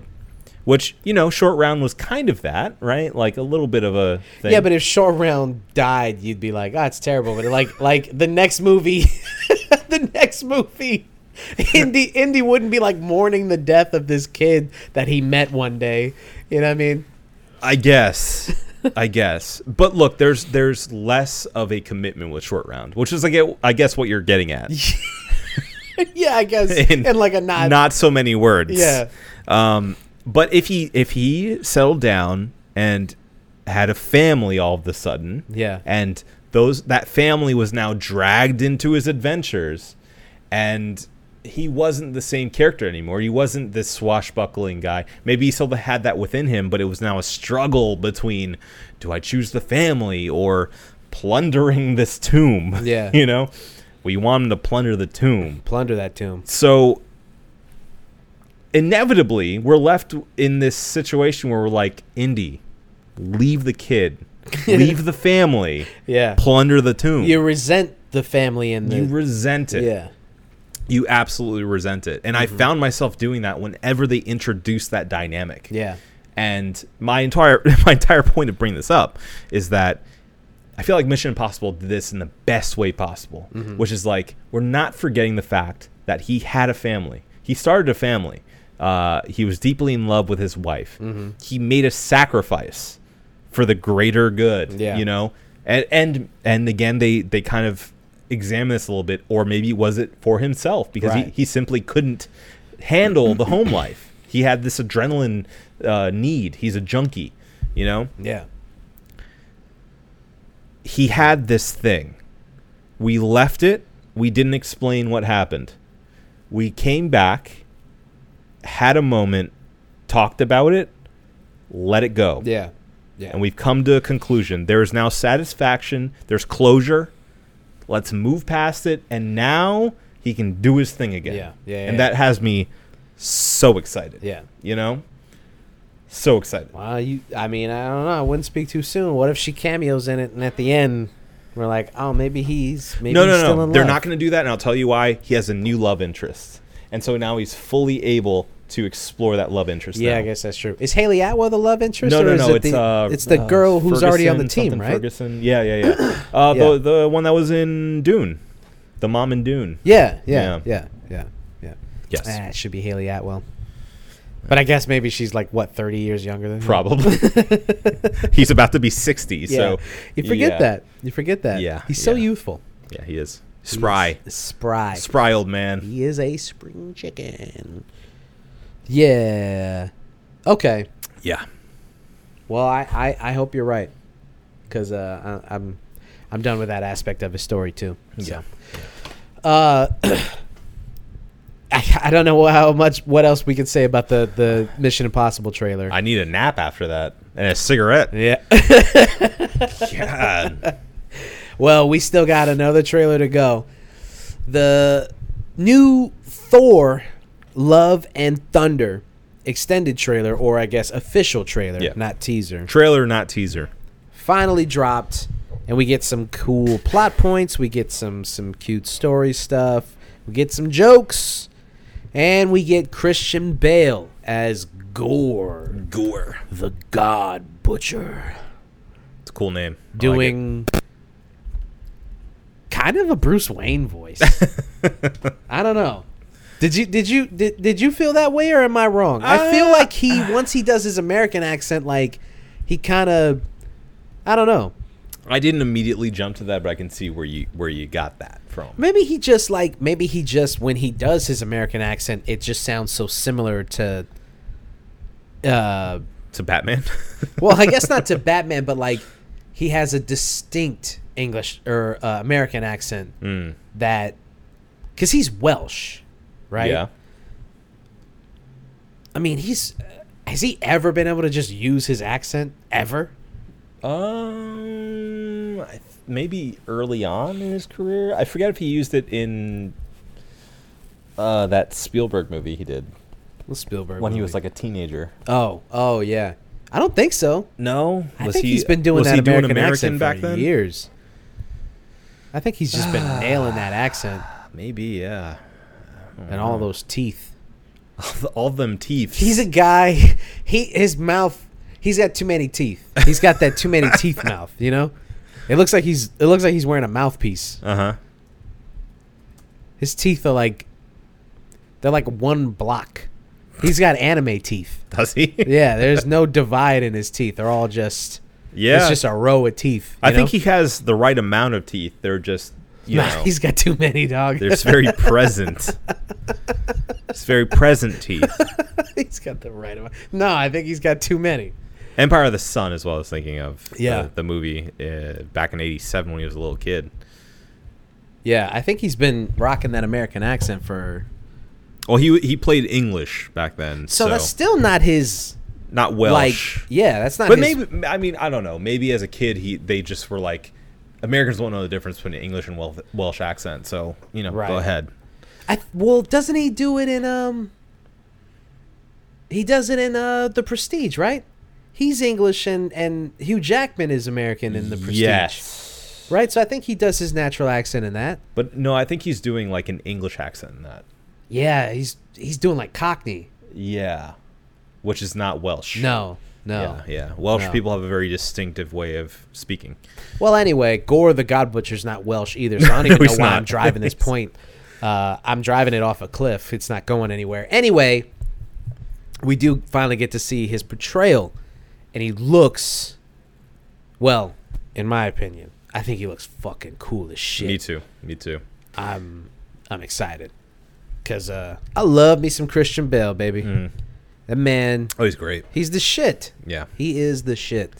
Speaker 2: which you know short round was kind of that right like a little bit of a thing
Speaker 1: Yeah, but if Short Round died, you'd be like, "Oh, it's terrible." But like, like the next movie, the next movie, Indy Indy wouldn't be like mourning the death of this kid that he met one day. You know what I mean?
Speaker 2: I guess. I guess. But look, there's there's less of a commitment with short round, which is I guess, I guess what you're getting at.
Speaker 1: yeah, I guess.
Speaker 2: In
Speaker 1: And, like a not,
Speaker 2: Not so many words.
Speaker 1: Yeah.
Speaker 2: Um but if he if he settled down and had a family all of a sudden.
Speaker 1: Yeah.
Speaker 2: And those that family was now dragged into his adventures and he wasn't the same character anymore. He wasn't this swashbuckling guy. Maybe he still had that within him, but it was now a struggle between do I choose the family or plundering this tomb?
Speaker 1: Yeah.
Speaker 2: you know? We want him to plunder the tomb.
Speaker 1: plunder that tomb.
Speaker 2: So inevitably, we're left in this situation where we're like, Indy, leave the kid, leave the family,
Speaker 1: Yeah,
Speaker 2: plunder the tomb.
Speaker 1: you resent the family and the
Speaker 2: You resent it.
Speaker 1: yeah. Mm-hmm.
Speaker 2: You absolutely resent it. And I found myself doing that whenever they introduced that dynamic.
Speaker 1: Yeah.
Speaker 2: And my entire my entire point of bringing this up is that I feel like Mission Impossible did this in the best way possible, which is like we're not forgetting the fact that he had a family. He started a family. Uh, he was deeply in love with his wife. He made a sacrifice for the greater good.
Speaker 1: Yeah.
Speaker 2: You know, and and and again, they they kind of examine this a little bit, or maybe was it for himself because he,
Speaker 1: Right.
Speaker 2: he simply couldn't handle the home life. He had this adrenaline uh, need. He's a junkie. You know
Speaker 1: Yeah.
Speaker 2: he had this thing. We left it. We didn't explain what happened. We came back, had a moment, talked about it, let it go.
Speaker 1: Yeah. Yeah.
Speaker 2: And we've come to a conclusion. There is now satisfaction, there's closure. Let's move past it. And now he can do his thing again.
Speaker 1: Yeah, yeah, yeah,
Speaker 2: and
Speaker 1: yeah.
Speaker 2: that has me so excited.
Speaker 1: Yeah.
Speaker 2: You know? So excited.
Speaker 1: Well, you. I mean, I don't know. I wouldn't speak too soon. What if she cameos in it, and at the end, we're like, oh, maybe he's maybe
Speaker 2: No,
Speaker 1: he's
Speaker 2: no,
Speaker 1: still
Speaker 2: no.
Speaker 1: in
Speaker 2: They're
Speaker 1: love.
Speaker 2: not going to do that, and I'll tell you why. He has a new love interest, and so now he's fully able to explore that love interest.
Speaker 1: Yeah,
Speaker 2: now.
Speaker 1: I guess that's true. Is Haley Atwell the love interest?
Speaker 2: No,
Speaker 1: or
Speaker 2: no,
Speaker 1: is
Speaker 2: no.
Speaker 1: It
Speaker 2: It's
Speaker 1: the,
Speaker 2: uh,
Speaker 1: it's the
Speaker 2: uh,
Speaker 1: girl who's already on the
Speaker 2: Ferguson,
Speaker 1: team,
Speaker 2: something
Speaker 1: right?
Speaker 2: Ferguson. Yeah, yeah, yeah. Uh,
Speaker 1: Yeah.
Speaker 2: The the one that was in Dune, the mom in Dune.
Speaker 1: Yeah, yeah,
Speaker 2: Yeah.
Speaker 1: yeah, yeah, yeah.
Speaker 2: Yes.
Speaker 1: Ah, it should be Haley Atwell. But I guess maybe she's like what thirty years younger than him?
Speaker 2: Probably. he's about to be sixty,
Speaker 1: Yeah.
Speaker 2: so
Speaker 1: you forget
Speaker 2: yeah.
Speaker 1: that. You forget that.
Speaker 2: Yeah,
Speaker 1: He's so
Speaker 2: yeah.
Speaker 1: youthful.
Speaker 2: Yeah, he is spry,
Speaker 1: He's Spry.
Speaker 2: spry old man.
Speaker 1: He is a spring chicken. Yeah. Okay.
Speaker 2: Yeah.
Speaker 1: Well, I, I, I hope you're right, because uh, I, I'm I'm done with that aspect of his story too.
Speaker 2: Yeah.
Speaker 1: So, uh, I, I don't know how much what else we can say about the the Mission Impossible trailer.
Speaker 2: I need a nap after that and a cigarette.
Speaker 1: yeah.
Speaker 2: God.
Speaker 1: well, we still got another trailer to go. The new Thor: Love and Thunder extended trailer, or I guess official trailer,
Speaker 2: Yeah.
Speaker 1: not teaser.
Speaker 2: Trailer, not teaser.
Speaker 1: finally dropped and we get some cool plot points we get some some cute story stuff we get some jokes and we get christian bale as gore
Speaker 2: Gore.
Speaker 1: the god butcher
Speaker 2: It's a cool name. I like it.
Speaker 1: doing kind of a bruce wayne voice i don't know did you did you did, did you feel that way or am i wrong i feel
Speaker 2: Uh,
Speaker 1: like he once he does his american accent like he kind of i don't know
Speaker 2: I didn't immediately jump to that, but I can see where you where you got that from.
Speaker 1: Maybe he just like maybe he just when he does his American accent, it just sounds so similar to. Uh,
Speaker 2: To Batman.
Speaker 1: well, I guess not to Batman, but like he has a distinct English or uh, American accent
Speaker 2: Mm,
Speaker 1: that, because he's Welsh, right?
Speaker 2: Yeah.
Speaker 1: I mean, he's uh, has he ever been able to just use his accent ever?
Speaker 2: Um, I th- maybe early on in his career, I forget if he used it in
Speaker 4: Uh, that Spielberg movie he did
Speaker 1: Well, Spielberg
Speaker 4: when he was
Speaker 1: movie.
Speaker 4: like a teenager.
Speaker 1: oh, oh yeah. I don't think so.
Speaker 2: No,
Speaker 1: I think he, has been doing
Speaker 2: was
Speaker 1: that
Speaker 2: he
Speaker 1: American,
Speaker 2: doing American
Speaker 1: accent
Speaker 2: back
Speaker 1: for
Speaker 2: then? Ah.
Speaker 1: years. I think he's just been nailing that accent
Speaker 2: Maybe, yeah.
Speaker 1: and all those teeth.
Speaker 2: All them teeth.
Speaker 1: He's a guy. He his mouth. He's got too many teeth. He's got that too many teeth mouth. You know, it looks like he's it looks like he's wearing a mouthpiece.
Speaker 2: uh huh.
Speaker 1: His teeth are like they're like one block. He's got anime teeth.
Speaker 2: Does he?
Speaker 1: Yeah, there's no divide in his teeth. They're all just
Speaker 2: yeah.
Speaker 1: It's just a row of teeth.
Speaker 2: I
Speaker 1: you
Speaker 2: think
Speaker 1: know?
Speaker 2: he has the right amount of teeth. They're just, you
Speaker 1: Nah,
Speaker 2: know,
Speaker 1: he's got too many dog.
Speaker 2: they're just very present. It's very present teeth.
Speaker 1: he's got the right amount. No, I think he's got too many.
Speaker 2: Empire of the Sun is what I was thinking of.
Speaker 1: Yeah.
Speaker 2: The, the movie uh, back in 87 when he was a little kid.
Speaker 1: Yeah, I think he's been rocking that American accent for.
Speaker 2: Well, he he played English back then. So,
Speaker 1: So, that's still not his.
Speaker 2: not Welsh.
Speaker 1: Like, yeah, that's not.
Speaker 2: but
Speaker 1: his,
Speaker 2: maybe I mean I don't know. Maybe as a kid he they just were like Americans won't know the difference between English and Wel- Welsh accent. So you know,
Speaker 1: Right.
Speaker 2: go ahead.
Speaker 1: I, well, doesn't he do it in um? He does it in uh the Prestige, right? He's English and and Hugh Jackman is American in the Prestige,
Speaker 2: Yes,
Speaker 1: right? So I think he does his natural accent in that.
Speaker 2: but no, I think he's doing like an English accent in that.
Speaker 1: Yeah, he's he's doing like Cockney.
Speaker 2: Yeah, which is not Welsh.
Speaker 1: No, no.
Speaker 2: Yeah, yeah. Welsh
Speaker 1: No.
Speaker 2: people have a very distinctive way of speaking.
Speaker 1: Well, anyway, Gore the God Butcher's not Welsh either, so I don't
Speaker 2: No,
Speaker 1: even know
Speaker 2: he's
Speaker 1: why
Speaker 2: not.
Speaker 1: I'm driving this point. Uh, I'm driving it off a cliff. It's not going anywhere. Anyway, we do finally get to see his portrayal, and he looks, well, in my opinion, I think he looks fucking cool as shit.
Speaker 2: Me too. Me too.
Speaker 1: I'm, I'm excited, cause uh, I love me some Christian Bale, baby.
Speaker 2: Mm.
Speaker 1: That man,
Speaker 2: Oh, he's great.
Speaker 1: he's the shit.
Speaker 2: Yeah,
Speaker 1: He is the shit.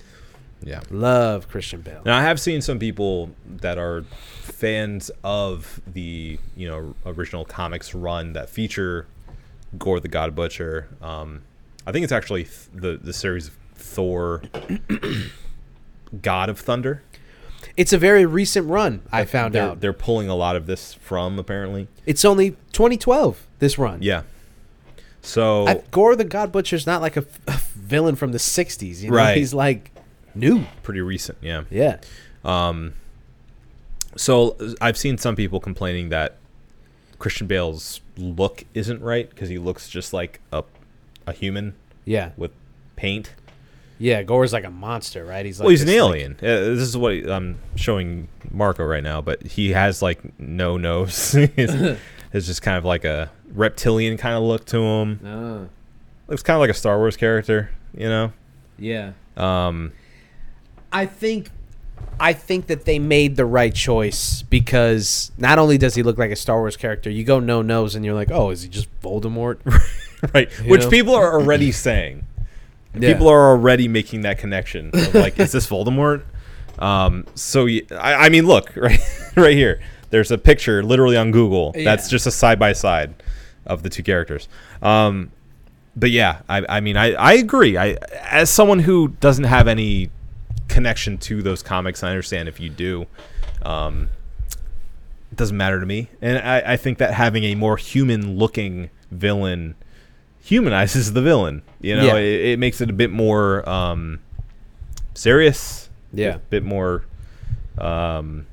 Speaker 2: yeah.
Speaker 1: Love Christian Bale.
Speaker 2: Now I have seen some people that are fans of the you know original comics run that feature Gore the God Butcher. Um, I think it's actually th- the the series of Thor, God of Thunder.
Speaker 1: It's a very recent run. I found
Speaker 2: They're
Speaker 1: out.
Speaker 2: they're pulling a lot of this from apparently.
Speaker 1: It's only 2012. This run.
Speaker 2: Yeah. So
Speaker 1: I, Gore the God Butcher's not like a, f- a villain from the 60s. You know?
Speaker 2: Right.
Speaker 1: He's like new.
Speaker 2: pretty recent. Yeah.
Speaker 1: Yeah.
Speaker 2: So I've seen some people complaining that Christian Bale's look isn't right because he looks just like a a human
Speaker 1: Yeah.
Speaker 2: with paint.
Speaker 1: Yeah. Gore's like a monster, right? He's like
Speaker 2: well, he's an
Speaker 1: this, like-
Speaker 2: alien. Uh, this is what I'm showing Marco right now, but he has like no nose. it's, it's just kind of like a reptilian kind of look to him.
Speaker 1: Oh,
Speaker 2: Looks kind of like a Star Wars character, you know?
Speaker 1: yeah.
Speaker 2: Um,
Speaker 1: I think I think that they made the right choice because not only does he look like a Star Wars character, you go no nose and you're like, "Oh, is he just Voldemort?"
Speaker 2: right. Which
Speaker 1: know?
Speaker 2: people are already saying.
Speaker 1: Yeah.
Speaker 2: People are already making that connection of like, is this Voldemort? Um, so y I I I mean, look right, right here. There's a picture literally on Google. That's
Speaker 1: Yeah.
Speaker 2: just a side by side of the two characters. Um, but yeah, I, I mean, I, I agree. I, as someone who doesn't have any connection to those comics, I understand if you do. Um, it doesn't matter to me, and I, I think that having a more human-looking villain humanizes the villain. You know,
Speaker 1: Yeah.
Speaker 2: it, it makes it a bit more um, serious.
Speaker 1: Yeah.
Speaker 2: a bit more um,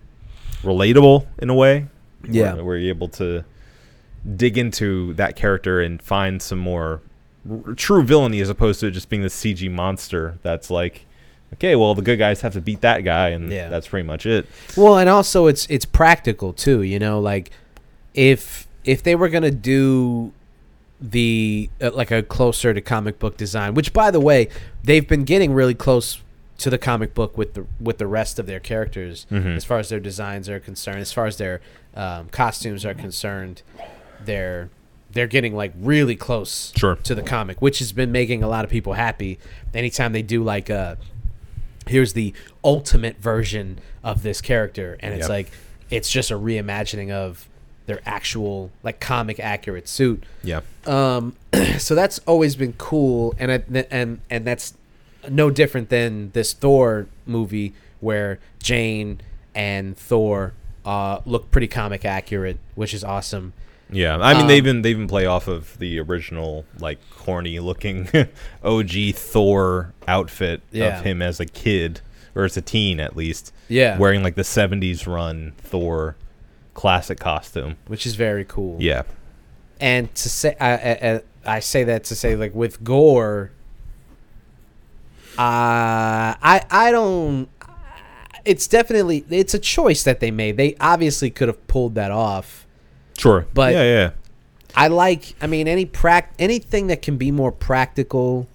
Speaker 2: relatable in a way.
Speaker 1: Yeah.
Speaker 2: where, where you're able to dig into that character and find some more r- true villainy as opposed to it just being the CG monster that's like, okay, well the good guys have to beat that guy, and
Speaker 1: Yeah.
Speaker 2: that's pretty much it.
Speaker 1: Well, and also it's it's practical too, you know, like if if they were going to do the uh, like a closer to comic book design, which by the way, they've been getting really close to the comic book with the with the rest of their characters as far as their designs are concerned, as far as their um, costumes are concerned, they're they're getting like really close
Speaker 2: Sure.
Speaker 1: to the comic, which has been making a lot of people happy. Anytime they do like uh, a here's the ultimate version of this character and it's
Speaker 2: Yep.
Speaker 1: like it's just a reimagining of their actual like comic accurate suit
Speaker 2: Yeah,
Speaker 1: um so that's always been cool and I, and and that's no different than this thor movie where jane and thor uh look pretty comic accurate which is awesome
Speaker 2: Yeah, I mean they even they even play off of the original like corny looking OG Thor outfit
Speaker 1: Yeah.
Speaker 2: of him as a kid or as a teen at least.
Speaker 1: Yeah.
Speaker 2: wearing like the '70s run Thor classic costume.
Speaker 1: which is very cool.
Speaker 2: Yeah,
Speaker 1: and to say I, I, I- I say that to say like with gore uh i i don't it's definitely it's a choice that they made they obviously could have pulled that off
Speaker 2: sure.
Speaker 1: But-
Speaker 2: yeah, yeah,
Speaker 1: i like i mean any prac anything that can be more practical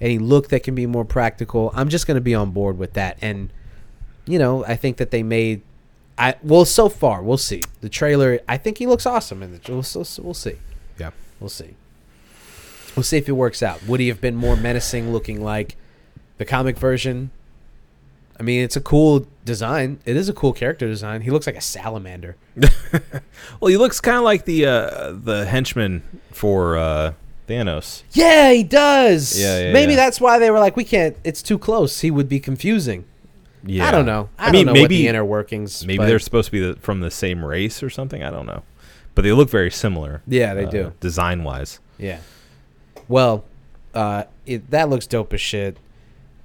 Speaker 1: any look that can be more practical i'm just going to be on board with that and you know i think that they made i well so far we'll see the trailer i think he looks awesome in the we'll, we'll, we'll see
Speaker 2: yeah.
Speaker 1: We'll see. We'll see if it works out. Would he have been more menacing looking like the comic version? I mean, it's a cool design. It is a cool character design. He looks like a salamander.
Speaker 2: Well, he looks kind of like the uh, the henchman for uh, Thanos.
Speaker 1: Yeah, he does.
Speaker 2: Yeah, yeah,
Speaker 1: Maybe
Speaker 2: yeah.
Speaker 1: that's why they were like, we can't. It's too close. He would be confusing.
Speaker 2: Yeah,
Speaker 1: I don't know. I,
Speaker 2: mean,
Speaker 1: don't know what
Speaker 2: maybe
Speaker 1: the inner workings.
Speaker 2: maybe
Speaker 1: but-
Speaker 2: they're supposed to be the, from the same race or something. I don't know, but they look very similar. uh,
Speaker 1: Yeah, they do.
Speaker 2: design wise.
Speaker 1: Yeah. Well, uh, it, that looks dope as shit.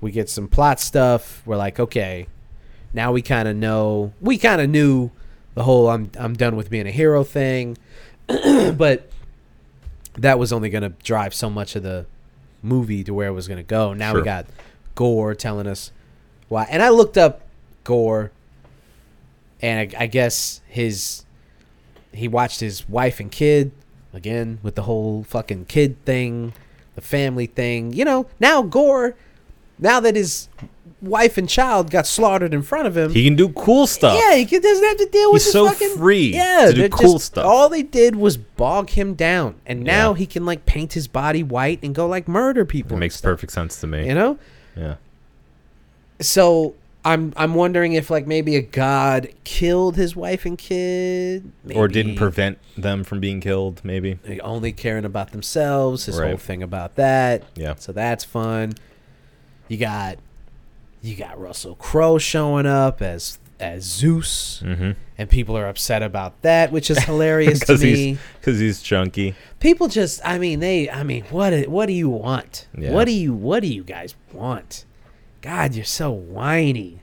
Speaker 1: We get some plot stuff. We're like, okay, now we kind of know. We kind of knew the whole "I'm I'm done with being a hero" thing, but that was only going to drive so much of the movie to where it was going to go. Now we
Speaker 2: Sure.
Speaker 1: got Gore telling us why. And I looked up Gore, and I, I guess his he watched his wife and kid again with the whole fucking kid thing, the family thing. You know, now Gore, now that his wife and child got slaughtered in front of him,
Speaker 2: He can do cool stuff.
Speaker 1: yeah, he can- doesn't have to deal with this
Speaker 2: He's so
Speaker 1: fucking,
Speaker 2: free
Speaker 1: Yeah,
Speaker 2: to do
Speaker 1: they're
Speaker 2: cool stuff.
Speaker 1: All they did was bog him down, and now
Speaker 2: Yeah.
Speaker 1: he can like paint his body white and go like murder people.
Speaker 2: It
Speaker 1: and
Speaker 2: makes
Speaker 1: stuff,
Speaker 2: perfect sense to me.
Speaker 1: You know,
Speaker 2: yeah.
Speaker 1: so I'm I'm wondering if like maybe a god killed his wife and kid,
Speaker 2: Or didn't
Speaker 1: maybe-
Speaker 2: prevent them from being killed, maybe.
Speaker 1: they only caring about themselves. His whole
Speaker 2: Right.
Speaker 1: thing about that.
Speaker 2: Yeah.
Speaker 1: So that's fun. You got you got Russell Crowe showing up as as Zeus,
Speaker 2: Mm.
Speaker 1: and people are upset about that, which is hilarious to
Speaker 2: Because
Speaker 1: me.
Speaker 2: he's, Mm-hmm. 'cause he's chunky.
Speaker 1: People just, I mean, they, I mean, what i- what do you want?
Speaker 2: Yeah.
Speaker 1: What do you what do you guys want? God, you're so whiny.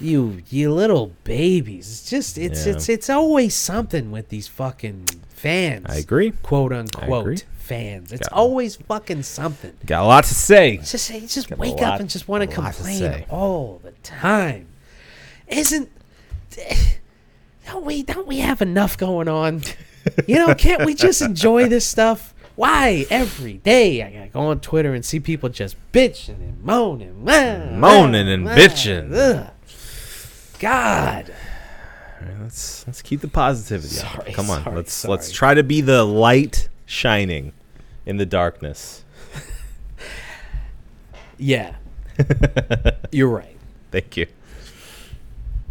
Speaker 1: You you little babies. It's just it's
Speaker 2: Yeah.
Speaker 1: it's it's always something with these fucking fans
Speaker 2: I agree.
Speaker 1: quote unquote fans. It's always fucking something.
Speaker 2: Got a lot to say.
Speaker 1: It's just it's just
Speaker 2: Got a
Speaker 1: wake up
Speaker 2: lot-
Speaker 1: and just want to
Speaker 2: a lot to
Speaker 1: complain
Speaker 2: say.
Speaker 1: all the time. Isn't don't we don't we have enough going on? You know, can't we just enjoy this stuff? Why every day I gotta go on Twitter and see people just bitching and moaning, wah,
Speaker 2: Moaning and
Speaker 1: wah,
Speaker 2: bitching.
Speaker 1: ugh. God,
Speaker 2: Let's let's keep the positivity. up.
Speaker 1: Sorry,
Speaker 2: Come on.
Speaker 1: sorry,
Speaker 2: let's
Speaker 1: sorry.
Speaker 2: let's try to be the light shining in the darkness.
Speaker 1: yeah, you're right.
Speaker 2: Thank you.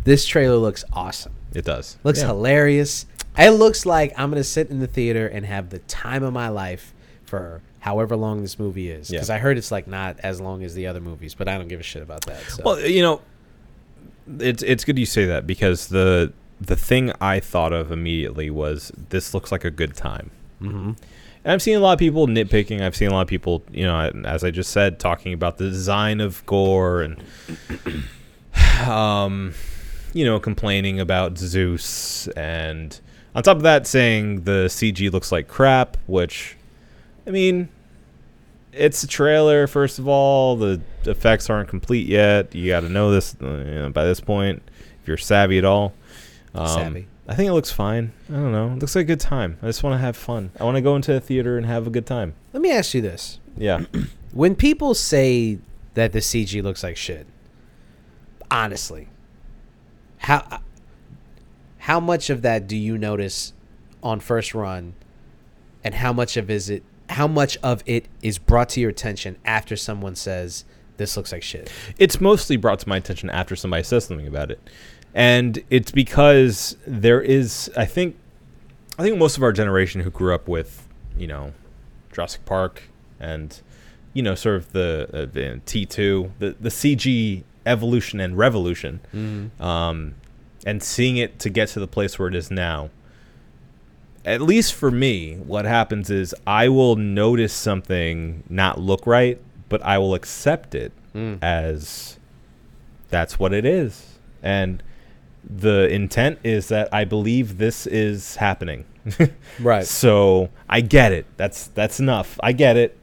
Speaker 1: This trailer looks awesome.
Speaker 2: It does.
Speaker 1: Looks
Speaker 2: Yeah.
Speaker 1: hilarious. It looks like I'm gonna sit in the theater and have the time of my life for however long this movie is. Because
Speaker 2: Yeah.
Speaker 1: I heard it's like not as long as the other movies, but I don't give a shit about that. So.
Speaker 2: Well, you know, it's it's good you say that because the the thing I thought of immediately was this looks like a good time. Mm-hmm. And I've seen a lot of people nitpicking. I've seen a lot of people, you know, as I just said, talking about the design of gore and, um, you know, complaining about Zeus and on top of that, saying the CG looks like crap. Which, I mean, it's a trailer first of all the effects aren't complete yet you got to know this uh, you know, by this point if you're savvy at all um,
Speaker 1: Savvy.
Speaker 2: i think it looks fine i don't know it looks like a good time i just want to have fun i want to go into the theater and have a good time
Speaker 1: Let me ask you this:
Speaker 2: yeah
Speaker 1: When people say that the CG looks like shit, honestly, how uh, how much of that do you notice on first run, and how much of is it? How much of it is brought to your attention after someone says this looks like shit?
Speaker 2: it's mostly brought to my attention after somebody says something about it and it's because there is i think i think most of our generation who grew up with you know jurassic park and you know sort of the, uh, the t2 the, the cg evolution and revolution um, and seeing it to get to the place where it is now at least for me, what happens is I will notice something not look right, but I will accept it as that's what it is. And the intent is that I believe this is happening.
Speaker 1: Right.
Speaker 2: So I get it. That's that's enough. I get it.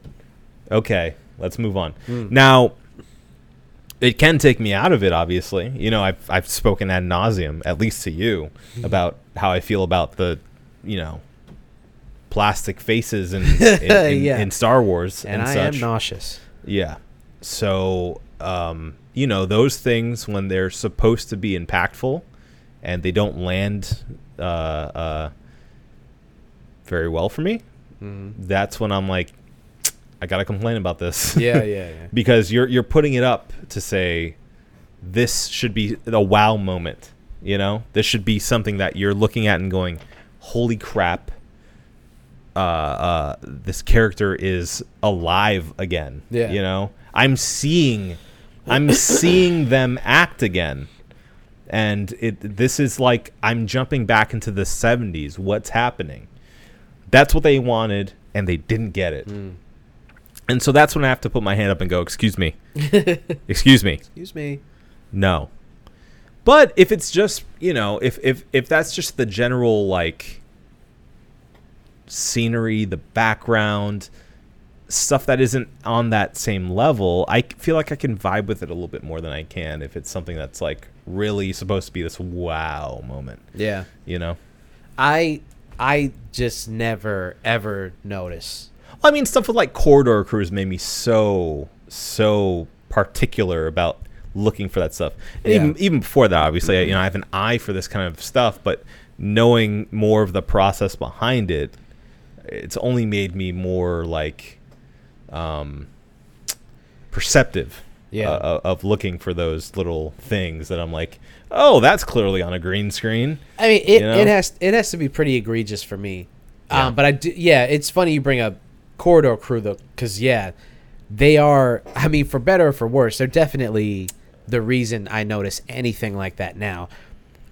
Speaker 2: Okay, let's move on.
Speaker 1: Hmm.
Speaker 2: Now it can take me out of it, obviously. You know, I've I've spoken ad nauseum, at least to you,
Speaker 1: Hmm.
Speaker 2: about how I feel about the, you know, plastic faces in in, in,
Speaker 1: Yeah.
Speaker 2: in Star Wars
Speaker 1: And,
Speaker 2: and,
Speaker 1: I
Speaker 2: such.
Speaker 1: am nauseous.
Speaker 2: Yeah. So, um, you know, those things when they're supposed to be impactful and they don't land uh, uh, very well for me, that's when I'm like, I gotta complain about this.
Speaker 1: Yeah, yeah, yeah.
Speaker 2: because you're you're putting it up to say this should be a wow moment. You know, this should be something that you're looking at and going, "Holy crap! Uh, uh, this character is alive again."
Speaker 1: Yeah.
Speaker 2: You know, I'm seeing, I'm seeing them act again, and it. This is like I'm jumping back into the '70s. What's happening? That's what they wanted, and they didn't get it. And so that's when I have to put my hand up and go, "Excuse me, excuse me."
Speaker 1: Excuse me.
Speaker 2: No. But if it's just you know, if if if that's just the general like scenery, the background, stuff that isn't on that same level, I c- feel like I can vibe with it a little bit more than I can if it's something that's like really supposed to be this wow moment.
Speaker 1: Yeah.
Speaker 2: You know?
Speaker 1: I I just never ever notice.
Speaker 2: I mean, stuff with like corridor crews made me so so particular about looking for that stuff. And
Speaker 1: Yeah.
Speaker 2: even even before that, obviously, you know, I have an eye for this kind of stuff, but knowing more of the process behind it, it's only made me more like um, perceptive.
Speaker 1: Yeah.
Speaker 2: uh, of- of looking for those little things that I'm like, oh, that's clearly on a green screen.
Speaker 1: I mean, it,
Speaker 2: You know?
Speaker 1: it has it has to be pretty egregious for me.
Speaker 2: Yeah.
Speaker 1: Um, but I do, yeah, it's funny you bring up corridor crew though, because yeah, they are. I mean, for better or for worse, they're definitely the reason I notice anything like that now.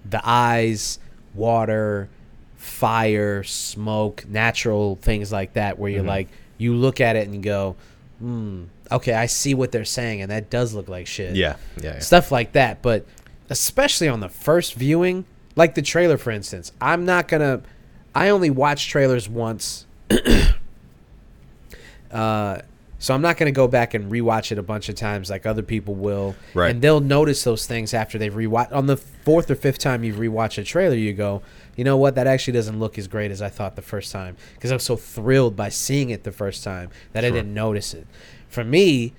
Speaker 1: The eyes, water, fire, smoke, natural things like that, where
Speaker 2: Mm-hmm.
Speaker 1: you're like, you look at it and go, hmm, okay, I see what they're saying, and that does look like shit
Speaker 2: Yeah, yeah, yeah.
Speaker 1: stuff like that. But especially on the first viewing, like the trailer, for instance, I'm not gonna. I only watch trailers once, uh, so I'm not gonna go back and rewatch it a bunch of times like other people will.
Speaker 2: Right.
Speaker 1: And they'll notice those things after they've rewatched. On the fourth or fifth time you've rewatched a trailer, you go, you know what? That actually doesn't look as great as I thought the first time because I was so thrilled by seeing it the first time that I didn't notice it. For me,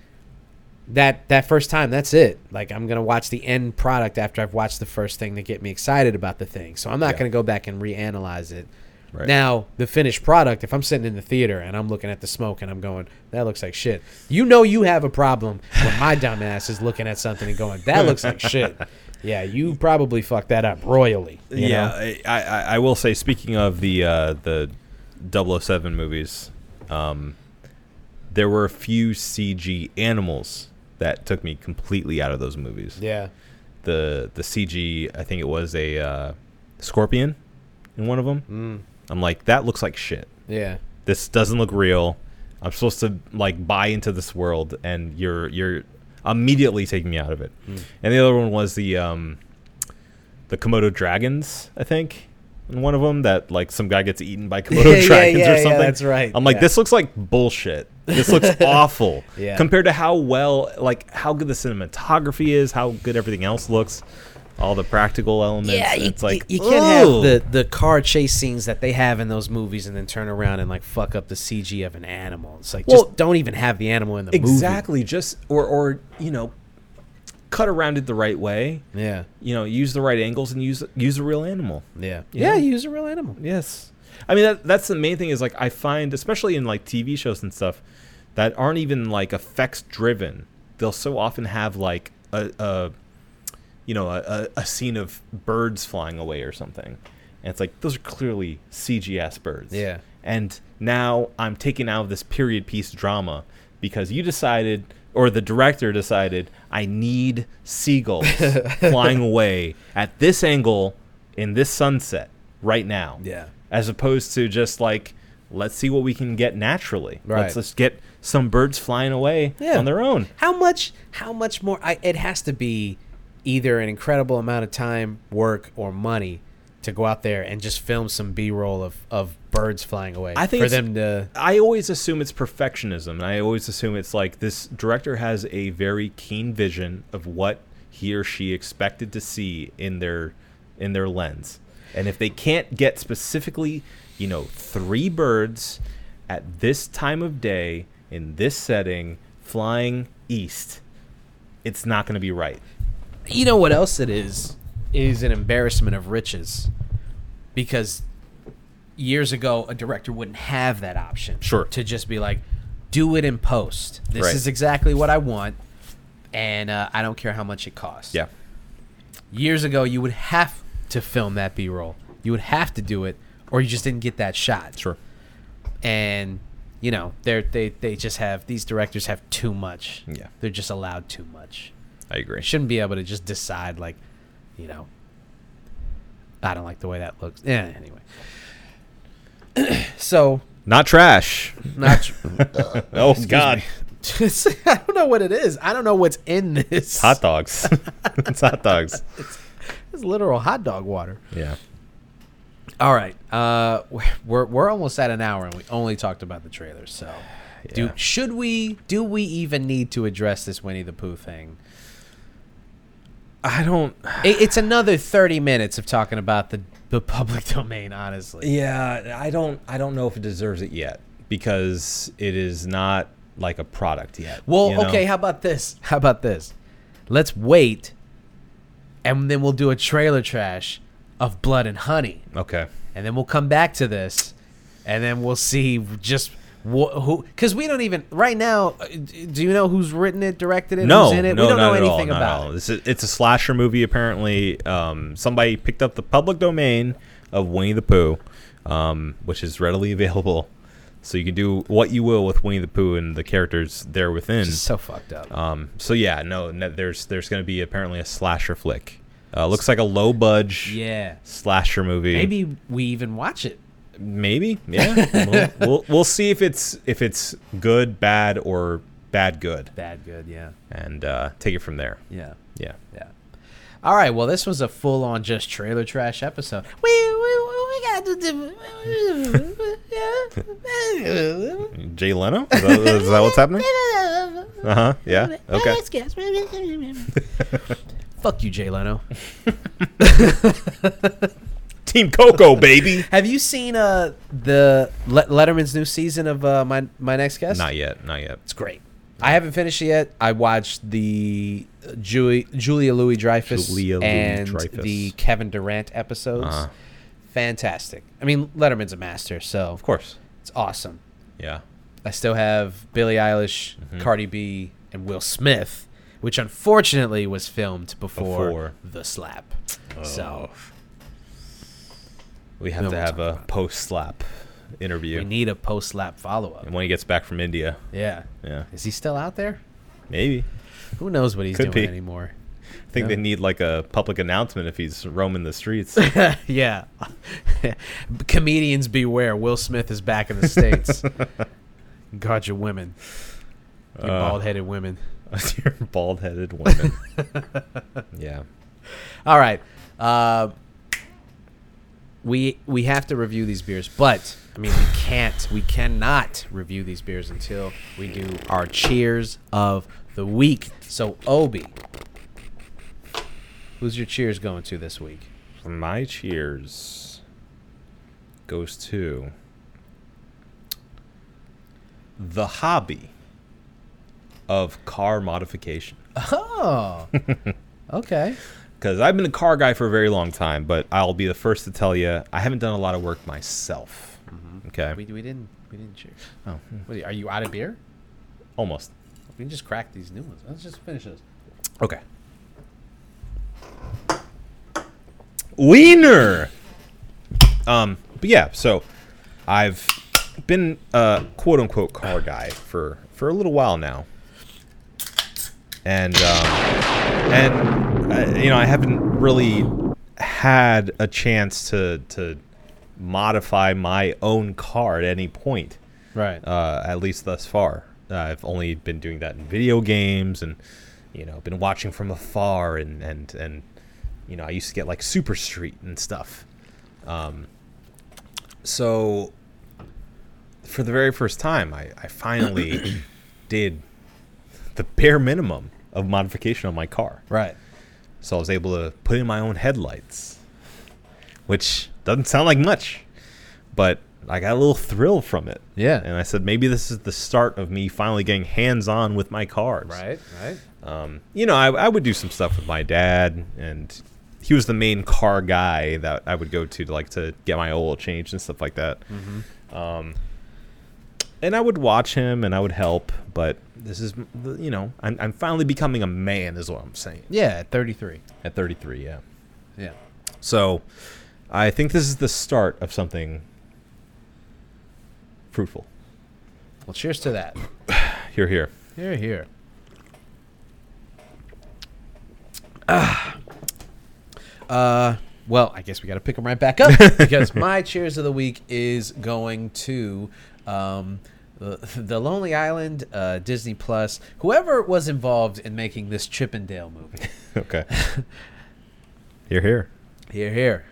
Speaker 1: that that first time that's it like i'm gonna watch the end product after i've watched the first thing to get me excited about the thing so i'm not
Speaker 2: Yeah.
Speaker 1: gonna go back and reanalyze it
Speaker 2: Right.
Speaker 1: now the finished product if i'm sitting in the theater and i'm looking at the smoke and i'm going that looks like shit you know you have a problem when my dumb ass is looking at something and going that looks like shit yeah you probably fucked that up royally you
Speaker 2: yeah,
Speaker 1: know?
Speaker 2: I, I, I will say. Speaking of the uh, the 007 movies, um, there were a few CG animals that took me completely out of those movies.
Speaker 1: yeah
Speaker 2: The the CG, I think it was a uh, scorpion in one of them. Mm. I'm like, that looks like shit.
Speaker 1: yeah
Speaker 2: This doesn't look real. I'm supposed to like buy into this world, and you're you're immediately taking me out of it.
Speaker 1: Hmm.
Speaker 2: And the other one was the um, the Komodo dragons, I think. In one of them, that like some guy gets eaten by Komodo
Speaker 1: yeah,
Speaker 2: dragons
Speaker 1: yeah,
Speaker 2: or
Speaker 1: yeah,
Speaker 2: something.
Speaker 1: that's right,
Speaker 2: I'm like,
Speaker 1: yeah.
Speaker 2: this looks like bullshit. This looks awful
Speaker 1: Yeah.
Speaker 2: compared to how well, like, how good the cinematography is, how good everything else looks, all the practical elements. it's like
Speaker 1: you, can't have
Speaker 2: "Ooh."
Speaker 1: the, the car chase scenes that they have in those movies and then turn around and like fuck up the CG of an animal. It's like
Speaker 2: Well,
Speaker 1: just don't even have the animal in the
Speaker 2: exactly just or or you know cut around it the right way
Speaker 1: movie. Yeah.
Speaker 2: you know use the right angles and use use a real animal
Speaker 1: Yeah. Yeah,
Speaker 2: Yeah.
Speaker 1: use a real animal.
Speaker 2: yes i mean that, that's the main thing is like i find especially in like tv shows and stuff that aren't even like effects driven they'll so often have like a, a you know a, a, a scene of birds flying away or something and it's like those are clearly cgs birds
Speaker 1: Yeah.
Speaker 2: and now i'm taken out of this period piece drama because you decided or the director decided i need seagulls flying away at this angle in this sunset right now
Speaker 1: Yeah.
Speaker 2: as opposed to just like let's see what we can get naturally.
Speaker 1: Right.
Speaker 2: Let's just get some birds flying away
Speaker 1: Yeah.
Speaker 2: on their own.
Speaker 1: How much? How much more? I, it has to be either an incredible amount of time, work, or money to go out there and just film some B-roll of, of birds flying away.
Speaker 2: I think
Speaker 1: for
Speaker 2: it's-
Speaker 1: them to
Speaker 2: I always assume it's perfectionism. And I always assume it's like this director has a very keen vision of what he or she expected to see in their in their lens. And if they can't get specifically, you know, three birds at this time of day in this setting flying east, it's not going to be right.
Speaker 1: You know what else it is? Is an embarrassment of riches. Because years ago, a director wouldn't have that option.
Speaker 2: Sure.
Speaker 1: To just be like, do it in post. This
Speaker 2: Right.
Speaker 1: is exactly what I want. And uh, I don't care how much it costs. Years ago, you would have to film that B roll. You would have to do it, or you just didn't get that shot.
Speaker 2: sure.
Speaker 1: And, you know, they're, they, they just have, these directors have too much.
Speaker 2: Yeah.
Speaker 1: They're just allowed too much.
Speaker 2: I agree.
Speaker 1: I shouldn't be able to just decide like, you know, I don't like the way that looks. Yeah, anyway. so
Speaker 2: Not trash.
Speaker 1: not.
Speaker 2: Oh god.
Speaker 1: just, I don't know what it is. I don't know what's in this.
Speaker 2: Hot dogs. it's hot dogs.
Speaker 1: It's literal hot dog water.
Speaker 2: Yeah.
Speaker 1: All right, uh, we're we're almost at an hour, and we only talked about the trailer. So, do
Speaker 2: Yeah.
Speaker 1: should we? Do we even need to address this Winnie the Pooh thing?
Speaker 2: I don't
Speaker 1: It, it's another thirty minutes of talking about the the public domain. Honestly,
Speaker 2: Yeah, I don't I don't know if it deserves it yet because it is not like a product yet.
Speaker 1: Well,
Speaker 2: you know?
Speaker 1: okay, how about this? How about this? Let's wait and then we'll do a trailer trash of Blood and Honey.
Speaker 2: okay.
Speaker 1: And then we'll come back to this and then we'll see just wh- who cuz we don't even right now uh, d- do you know who's written it, directed it,
Speaker 2: No,
Speaker 1: who's in it?
Speaker 2: no,
Speaker 1: we don't
Speaker 2: not
Speaker 1: know
Speaker 2: at all,
Speaker 1: anything
Speaker 2: not at
Speaker 1: about
Speaker 2: all.
Speaker 1: it.
Speaker 2: This is, it's a slasher movie. Apparently, um, somebody picked up the public domain of Winnie the Pooh, um, which is readily available, so you can do what you will with Winnie the Pooh and the characters there within.
Speaker 1: It's so fucked up.
Speaker 2: Um, so yeah, no, no there's there's going to be apparently a slasher flick. Uh, looks like a low budge
Speaker 1: yeah.
Speaker 2: slasher movie.
Speaker 1: Maybe we even watch it.
Speaker 2: Maybe, yeah. we'll, we'll we'll see if it's if it's good, bad, or bad good,
Speaker 1: Bad good, yeah.
Speaker 2: and uh, take it from there.
Speaker 1: Yeah.
Speaker 2: Yeah.
Speaker 1: Yeah. All right. Well, this was a full on just trailer trash episode. We we, we got to do.
Speaker 2: Jay Leno? Is that, is that what's happening? Uh huh. Yeah. Okay.
Speaker 1: Fuck you, Jay Leno.
Speaker 2: Team Coco, baby.
Speaker 1: Have you seen uh the Le- Letterman's new season of uh, my my next guest?
Speaker 2: Not yet. Not yet.
Speaker 1: It's great. I haven't finished it yet. I watched the uh, Julie, Julia Louis Dreyfus
Speaker 2: Julia
Speaker 1: and
Speaker 2: Louis-Dreyfus.
Speaker 1: the Kevin Durant episodes.
Speaker 2: Uh-huh.
Speaker 1: Fantastic. I mean, Letterman's a master, so
Speaker 2: Of course.
Speaker 1: it's awesome.
Speaker 2: Yeah.
Speaker 1: I still have Billie Eilish,
Speaker 2: Mm-hmm.
Speaker 1: Cardi B, and Will Smith, which unfortunately was filmed before,
Speaker 2: Before. Oh.
Speaker 1: the slap. So
Speaker 2: We have
Speaker 1: No,
Speaker 2: to
Speaker 1: we'll
Speaker 2: have
Speaker 1: talk
Speaker 2: a
Speaker 1: about it.
Speaker 2: post slap
Speaker 1: we
Speaker 2: interview
Speaker 1: need a post slap follow up.
Speaker 2: and when he gets back from India.
Speaker 1: Yeah.
Speaker 2: Yeah.
Speaker 1: Is he still out there?
Speaker 2: Maybe.
Speaker 1: Who knows what he's
Speaker 2: Could
Speaker 1: doing
Speaker 2: be.
Speaker 1: anymore?
Speaker 2: I think
Speaker 1: Yeah.
Speaker 2: they need like a public announcement if he's roaming the streets.
Speaker 1: yeah. Comedians beware. Will Smith is back in the States. Guard your women. You
Speaker 2: Uh.
Speaker 1: bald headed women.
Speaker 2: Your bald headed woman. yeah.
Speaker 1: All right. Uh, we we have to review these beers, but I mean we can't, we cannot review these beers until we do our cheers of the week. So Obi, who's your cheers going to this week?
Speaker 2: My cheers goes to the hobby of car modification.
Speaker 1: Oh, okay.
Speaker 2: Because I've been a car guy for a very long time, but I'll be the first to tell you I haven't done a lot of work myself. Okay.
Speaker 1: We, we didn't we didn't cheers.
Speaker 2: oh,
Speaker 1: What are you, are you out of beer?
Speaker 2: almost.
Speaker 1: We can just crack these new ones. Let's just finish this.
Speaker 2: Okay. Wiener. Um, but yeah, so I've been a quote unquote car guy for for a little while now, and um, and uh, you know I haven't really had a chance to to modify my own car at any point.
Speaker 1: Right.
Speaker 2: Uh, at least thus far, uh, I've only been doing that in video games and you know been watching from afar and and and you know I used to get like Super Street and stuff. Um, so for the very first time, I, I finally did the bare minimum of modification on my car.
Speaker 1: right.
Speaker 2: So I was able to put in my own headlights, which doesn't sound like much, but I got a little thrill from it.
Speaker 1: Yeah.
Speaker 2: And I said, maybe this is the start of me finally getting hands on with my cars.
Speaker 1: Right. Right.
Speaker 2: Um, you know, I, I would do some stuff with my dad, and he was the main car guy that I would go to to like to get my oil changed and stuff like that. Um, and I would watch him and I would help, but this is, the- you know, I'm, I'm finally becoming a man, is what I'm saying.
Speaker 1: Yeah. At 33.
Speaker 2: At 33, yeah.
Speaker 1: Yeah.
Speaker 2: So I think this is the start of something fruitful.
Speaker 1: Well, cheers to that.
Speaker 2: Here, here.
Speaker 1: Here, here. Ah. Uh, well, I guess we got to pick them right back up because my cheers of the week is going to um, the, the Lonely Island, uh, Disney Plus, whoever was involved in making this Chippendale movie.
Speaker 2: Okay. here, here.
Speaker 1: Here, here.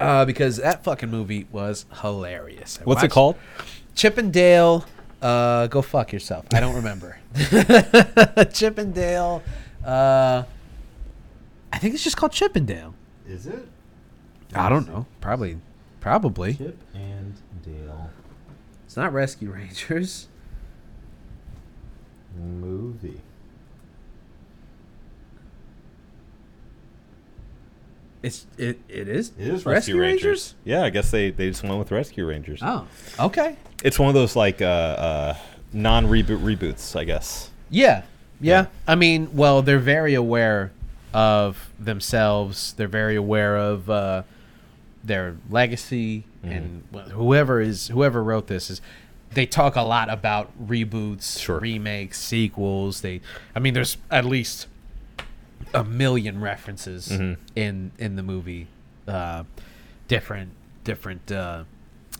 Speaker 1: Uh, because that fucking movie was hilarious. I
Speaker 2: What's it
Speaker 1: watched-
Speaker 2: called?
Speaker 1: Chippendale, uh, go fuck yourself. I don't remember. Chippendale, uh, I think it's just called Chippendale.
Speaker 5: Is it?
Speaker 1: I don't know. Probably, probably.
Speaker 5: Chip and Dale
Speaker 1: It's not Rescue Rangers.
Speaker 5: movie.
Speaker 1: It's it it is.
Speaker 5: It is
Speaker 2: Yeah, I guess they, they just went with Rescue Rangers.
Speaker 1: Oh, okay.
Speaker 2: It's one of those like uh, uh, non reboot reboots, I guess.
Speaker 1: Yeah. yeah.
Speaker 2: Yeah.
Speaker 1: I mean, well, they're very aware of themselves. They're very aware of uh, their legacy
Speaker 2: Mm-hmm.
Speaker 1: and wh- whoever is whoever wrote this is they talk a lot about reboots,
Speaker 2: Sure.
Speaker 1: remakes, sequels. They I mean, there's at least a million references
Speaker 2: Mm-hmm.
Speaker 1: in in the movie uh, different different uh,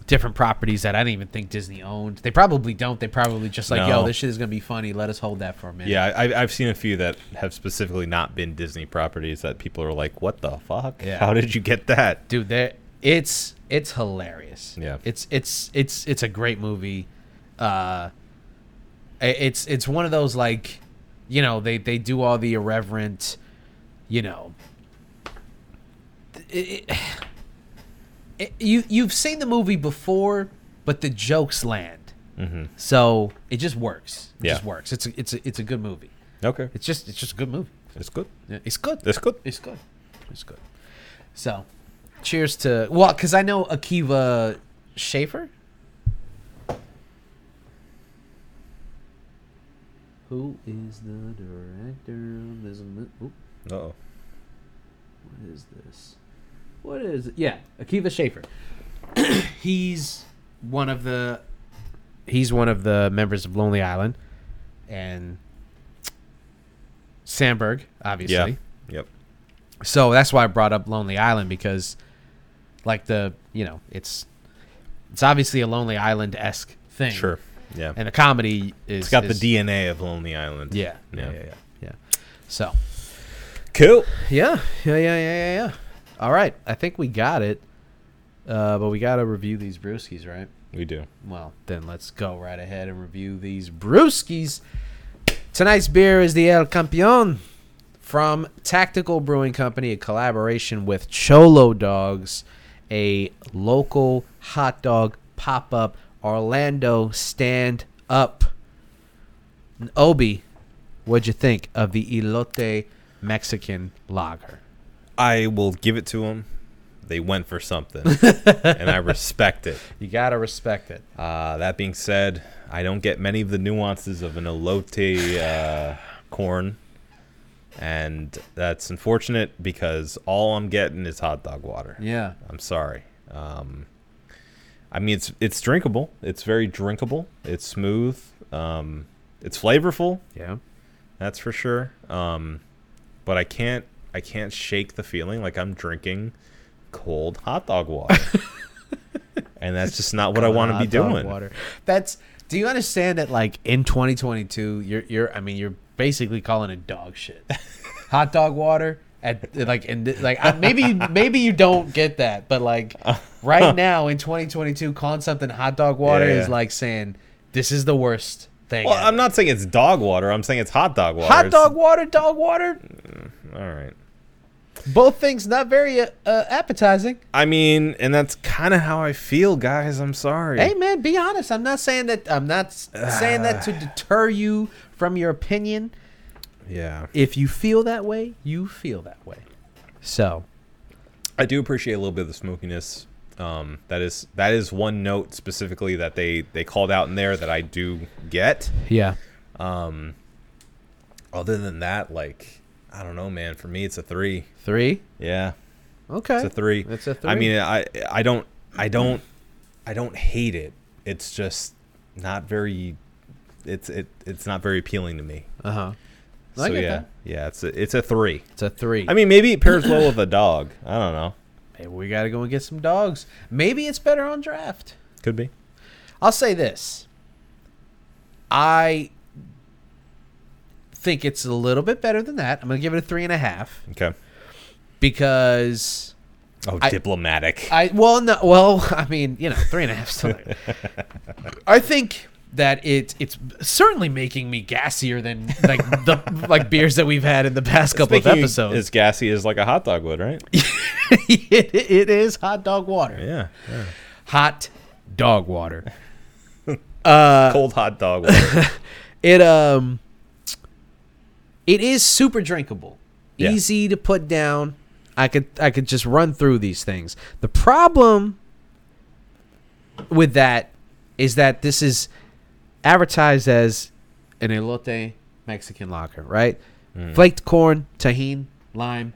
Speaker 1: different properties that I didn't even think Disney owned. They probably don't. They probably just like, yo,
Speaker 2: No.
Speaker 1: this shit is gonna be funny. Let us hold that for a minute.
Speaker 2: Yeah, I, I've seen a few that have specifically not been Disney properties that people are like, what the fuck?
Speaker 1: Yeah.
Speaker 2: How did you get that?
Speaker 1: dude, there it's it's hilarious.
Speaker 2: Yeah.
Speaker 1: it's it's it's it's a great movie. Uh, i- it's it's one of those like, you know, they they do all the irreverent, you know. It, it- it- you you've seen the movie before, but the jokes land.
Speaker 2: Mhm.
Speaker 1: So it just works. It
Speaker 2: Yeah.
Speaker 1: just works. It's a, it's a, it's a good movie.
Speaker 2: Okay.
Speaker 1: It's just it's just a good movie.
Speaker 2: It's good.
Speaker 1: Yeah, It's good.
Speaker 2: It's good.
Speaker 1: It's good. It's good. So, cheers to well, because I know Akiva Schaefer, who is the director of this. mo- oop,
Speaker 2: oh.
Speaker 1: What is this? What is it? Yeah, Akiva Schaefer. he's one of the. He's one of the members of Lonely Island, and Sandberg, obviously.
Speaker 2: Yeah. Yep.
Speaker 1: So that's why I brought up Lonely Island because, like the you know, it's it's obviously a Lonely Island esque thing.
Speaker 2: Sure. Yeah.
Speaker 1: And the comedy is
Speaker 2: it's got
Speaker 1: is-
Speaker 2: the DNA of Lonely Island.
Speaker 1: Yeah.
Speaker 2: Yeah.
Speaker 1: Yeah. Yeah. Yeah. yeah. So.
Speaker 2: Cool.
Speaker 1: Yeah. Yeah. Yeah. Yeah. Yeah. Yeah. All right. I think we got it. Uh, but we gotta review these brewskis, right?
Speaker 2: We do.
Speaker 1: Well, then let's go right ahead and review these brewskis. Tonight's beer is the El Campeon from Tactical Brewing Company, a collaboration with Cholo Dogs, a local hot dog pop up Orlando stand up. And Obi, what'd you think of the Elote Mexican lager?
Speaker 2: I will give it to them. They went for something, and I respect it.
Speaker 1: You gotta respect it.
Speaker 2: Uh, that being said, I don't get many of the nuances of an elote uh, corn, and that's unfortunate because all I'm getting is hot dog water.
Speaker 1: Yeah.
Speaker 2: I'm sorry. Um, I mean, it's it's drinkable. It's very drinkable. It's smooth. Um, it's flavorful.
Speaker 1: Yeah.
Speaker 2: That's for sure. Um, but I can't I can't shake the feeling like I'm drinking cold hot dog water. and that's just not what I want to be
Speaker 1: hot dog
Speaker 2: doing.
Speaker 1: Water. That's. Do you understand that? Like in 2022, you're you're. I mean, you're basically calling it dog shit. Hot dog water. At like and th- like I- maybe maybe you don't get that, but like right now in 2022, calling something hot dog water
Speaker 2: Yeah.
Speaker 1: is like saying this is the worst thing.
Speaker 2: Well,
Speaker 1: ever."
Speaker 2: I'm not saying it's dog water. I'm saying it's hot dog water.
Speaker 1: hot
Speaker 2: It's-
Speaker 1: dog water, dog water.
Speaker 2: All right.
Speaker 1: Both things not very uh, uh, appetizing.
Speaker 2: I mean, and that's kind of how I feel, guys. I'm sorry.
Speaker 1: Hey man, be honest. I'm not saying that. I'm not s- saying that to deter you from your opinion.
Speaker 2: Yeah.
Speaker 1: if you feel that way, you feel that way. So,
Speaker 2: I do appreciate a little bit of the smokiness. Um, that is that is one note specifically that they they called out in there that I do get.
Speaker 1: yeah.
Speaker 2: Other than that, like I don't know, man. For me, it's a three.
Speaker 1: Three.
Speaker 2: Yeah,
Speaker 1: Okay.
Speaker 2: it's a three.
Speaker 1: It's a
Speaker 2: I
Speaker 1: three.
Speaker 2: mean, I I don't I don't I don't hate it. It's just not very. It's it it's not very appealing to me.
Speaker 1: Uh huh.
Speaker 2: So yeah, yeah. It's a, it's a three.
Speaker 1: It's a three.
Speaker 2: I mean, maybe it pairs well with a dog. I don't know.
Speaker 1: Maybe we got to go and get some dogs. Maybe it's better on draft.
Speaker 2: Could be.
Speaker 1: I'll say this. I think it's a little bit better than that. I'm going to give it a three and a half
Speaker 2: Okay.
Speaker 1: because
Speaker 2: Oh,
Speaker 1: I-
Speaker 2: diplomatic.
Speaker 1: I well no well I mean you know three and a half still. I think that it it's certainly making me gassier than like the like beers that we've had in the past couple of
Speaker 2: Speaking
Speaker 1: episodes.
Speaker 2: As gassy as like a hot dog would, right?
Speaker 1: it, it is hot dog water.
Speaker 2: Yeah. yeah.
Speaker 1: Hot dog water.
Speaker 2: Cold hot dog water.
Speaker 1: It um it is super drinkable.
Speaker 2: Yeah.
Speaker 1: Easy to put down. I could I could just run through these things. The problem with that is that this is advertised as an elote Mexican lager, right?
Speaker 2: Mm.
Speaker 1: Flaked corn, tahine, lime.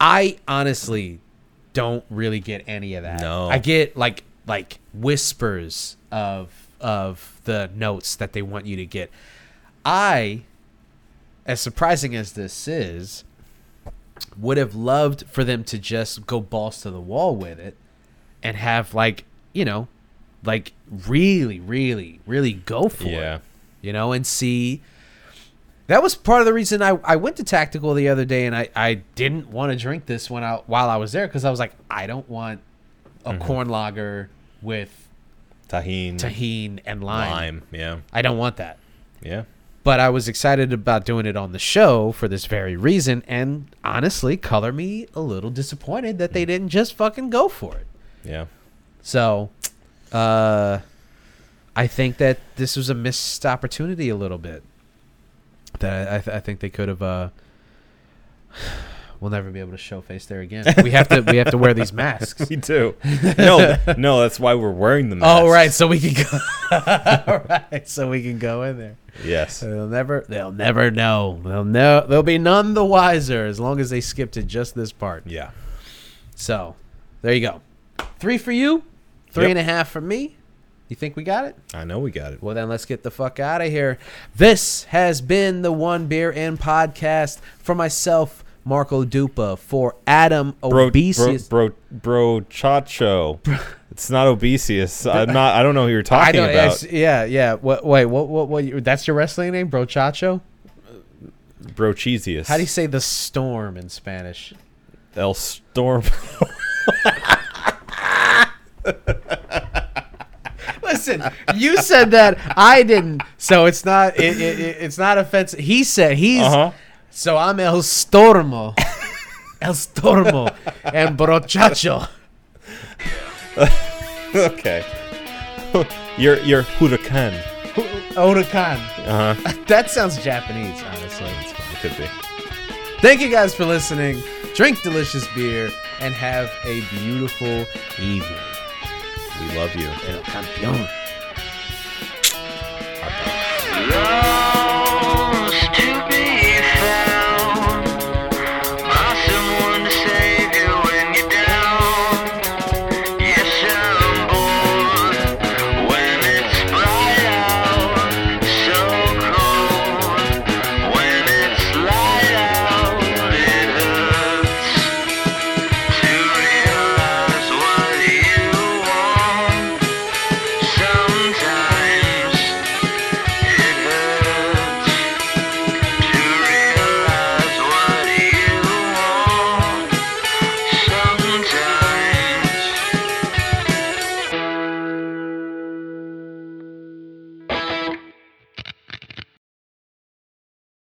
Speaker 1: I honestly don't really get any of that.
Speaker 2: No.
Speaker 1: I get like like whispers of of the notes that they want you to get. I as surprising as this is, would have loved for them to just go balls to the wall with it and have like, you know, like really, really, really go for
Speaker 2: Yeah.
Speaker 1: it. You know, and see that was part of the reason I, I went to tactical the other day and I, I didn't want to drink this when I while I was there because I was like, I don't want a corn lager with
Speaker 2: Tahine.
Speaker 1: tahine and lime.
Speaker 2: Lime. Yeah.
Speaker 1: I don't want that
Speaker 2: Yeah.
Speaker 1: but I was excited about doing it on the show for this very reason. And honestly, color me a little disappointed that they didn't just fucking go for it.
Speaker 2: Yeah.
Speaker 1: So, uh, I think that this was a missed opportunity a little bit. That I, I, th- I think they could have. Uh, we'll never be able to show face there again. We have to. We have to wear these masks.
Speaker 2: We do. No, no, that's why we're wearing the mask.
Speaker 1: All Oh, right, so we can go. All right, so we can go in there.
Speaker 2: Yes.
Speaker 1: They'll never they'll never know. They'll know they'll be none the wiser as long as they skip to just this part.
Speaker 2: Yeah.
Speaker 1: So there you go. Three for you, three
Speaker 2: Yep.
Speaker 1: and a half for me. You think we got it?
Speaker 2: I know we got it.
Speaker 1: Well then let's get the fuck out of here. This has been the One Beer In Podcast for myself, Marco Dupa, for Adam
Speaker 2: Bro, bro,
Speaker 1: Obesius.
Speaker 2: bro, bro, chacho. It's not obesious. I'm not. I don't know who you're
Speaker 1: I
Speaker 2: talking
Speaker 1: don't
Speaker 2: about.
Speaker 1: it's- yeah, yeah. What wait, what what what you, that's your wrestling name, Brochacho?
Speaker 2: Bro, cheesiest.
Speaker 1: How do you say the storm in Spanish?
Speaker 2: El storm?
Speaker 1: Listen, you said that I didn't, so it's not it, it, it- it's not offensive. He said he's
Speaker 2: Uh huh.
Speaker 1: so I'm El Stormo, El Stormo, and Brochacho.
Speaker 2: Okay. you're you're huracan.
Speaker 1: Otakan.
Speaker 2: Uh huh.
Speaker 1: That sounds Japanese, honestly.
Speaker 2: It could be.
Speaker 1: Thank you guys for listening. Drink delicious beer and have a beautiful evening.
Speaker 2: We love you.
Speaker 1: El campeón.
Speaker 3: Love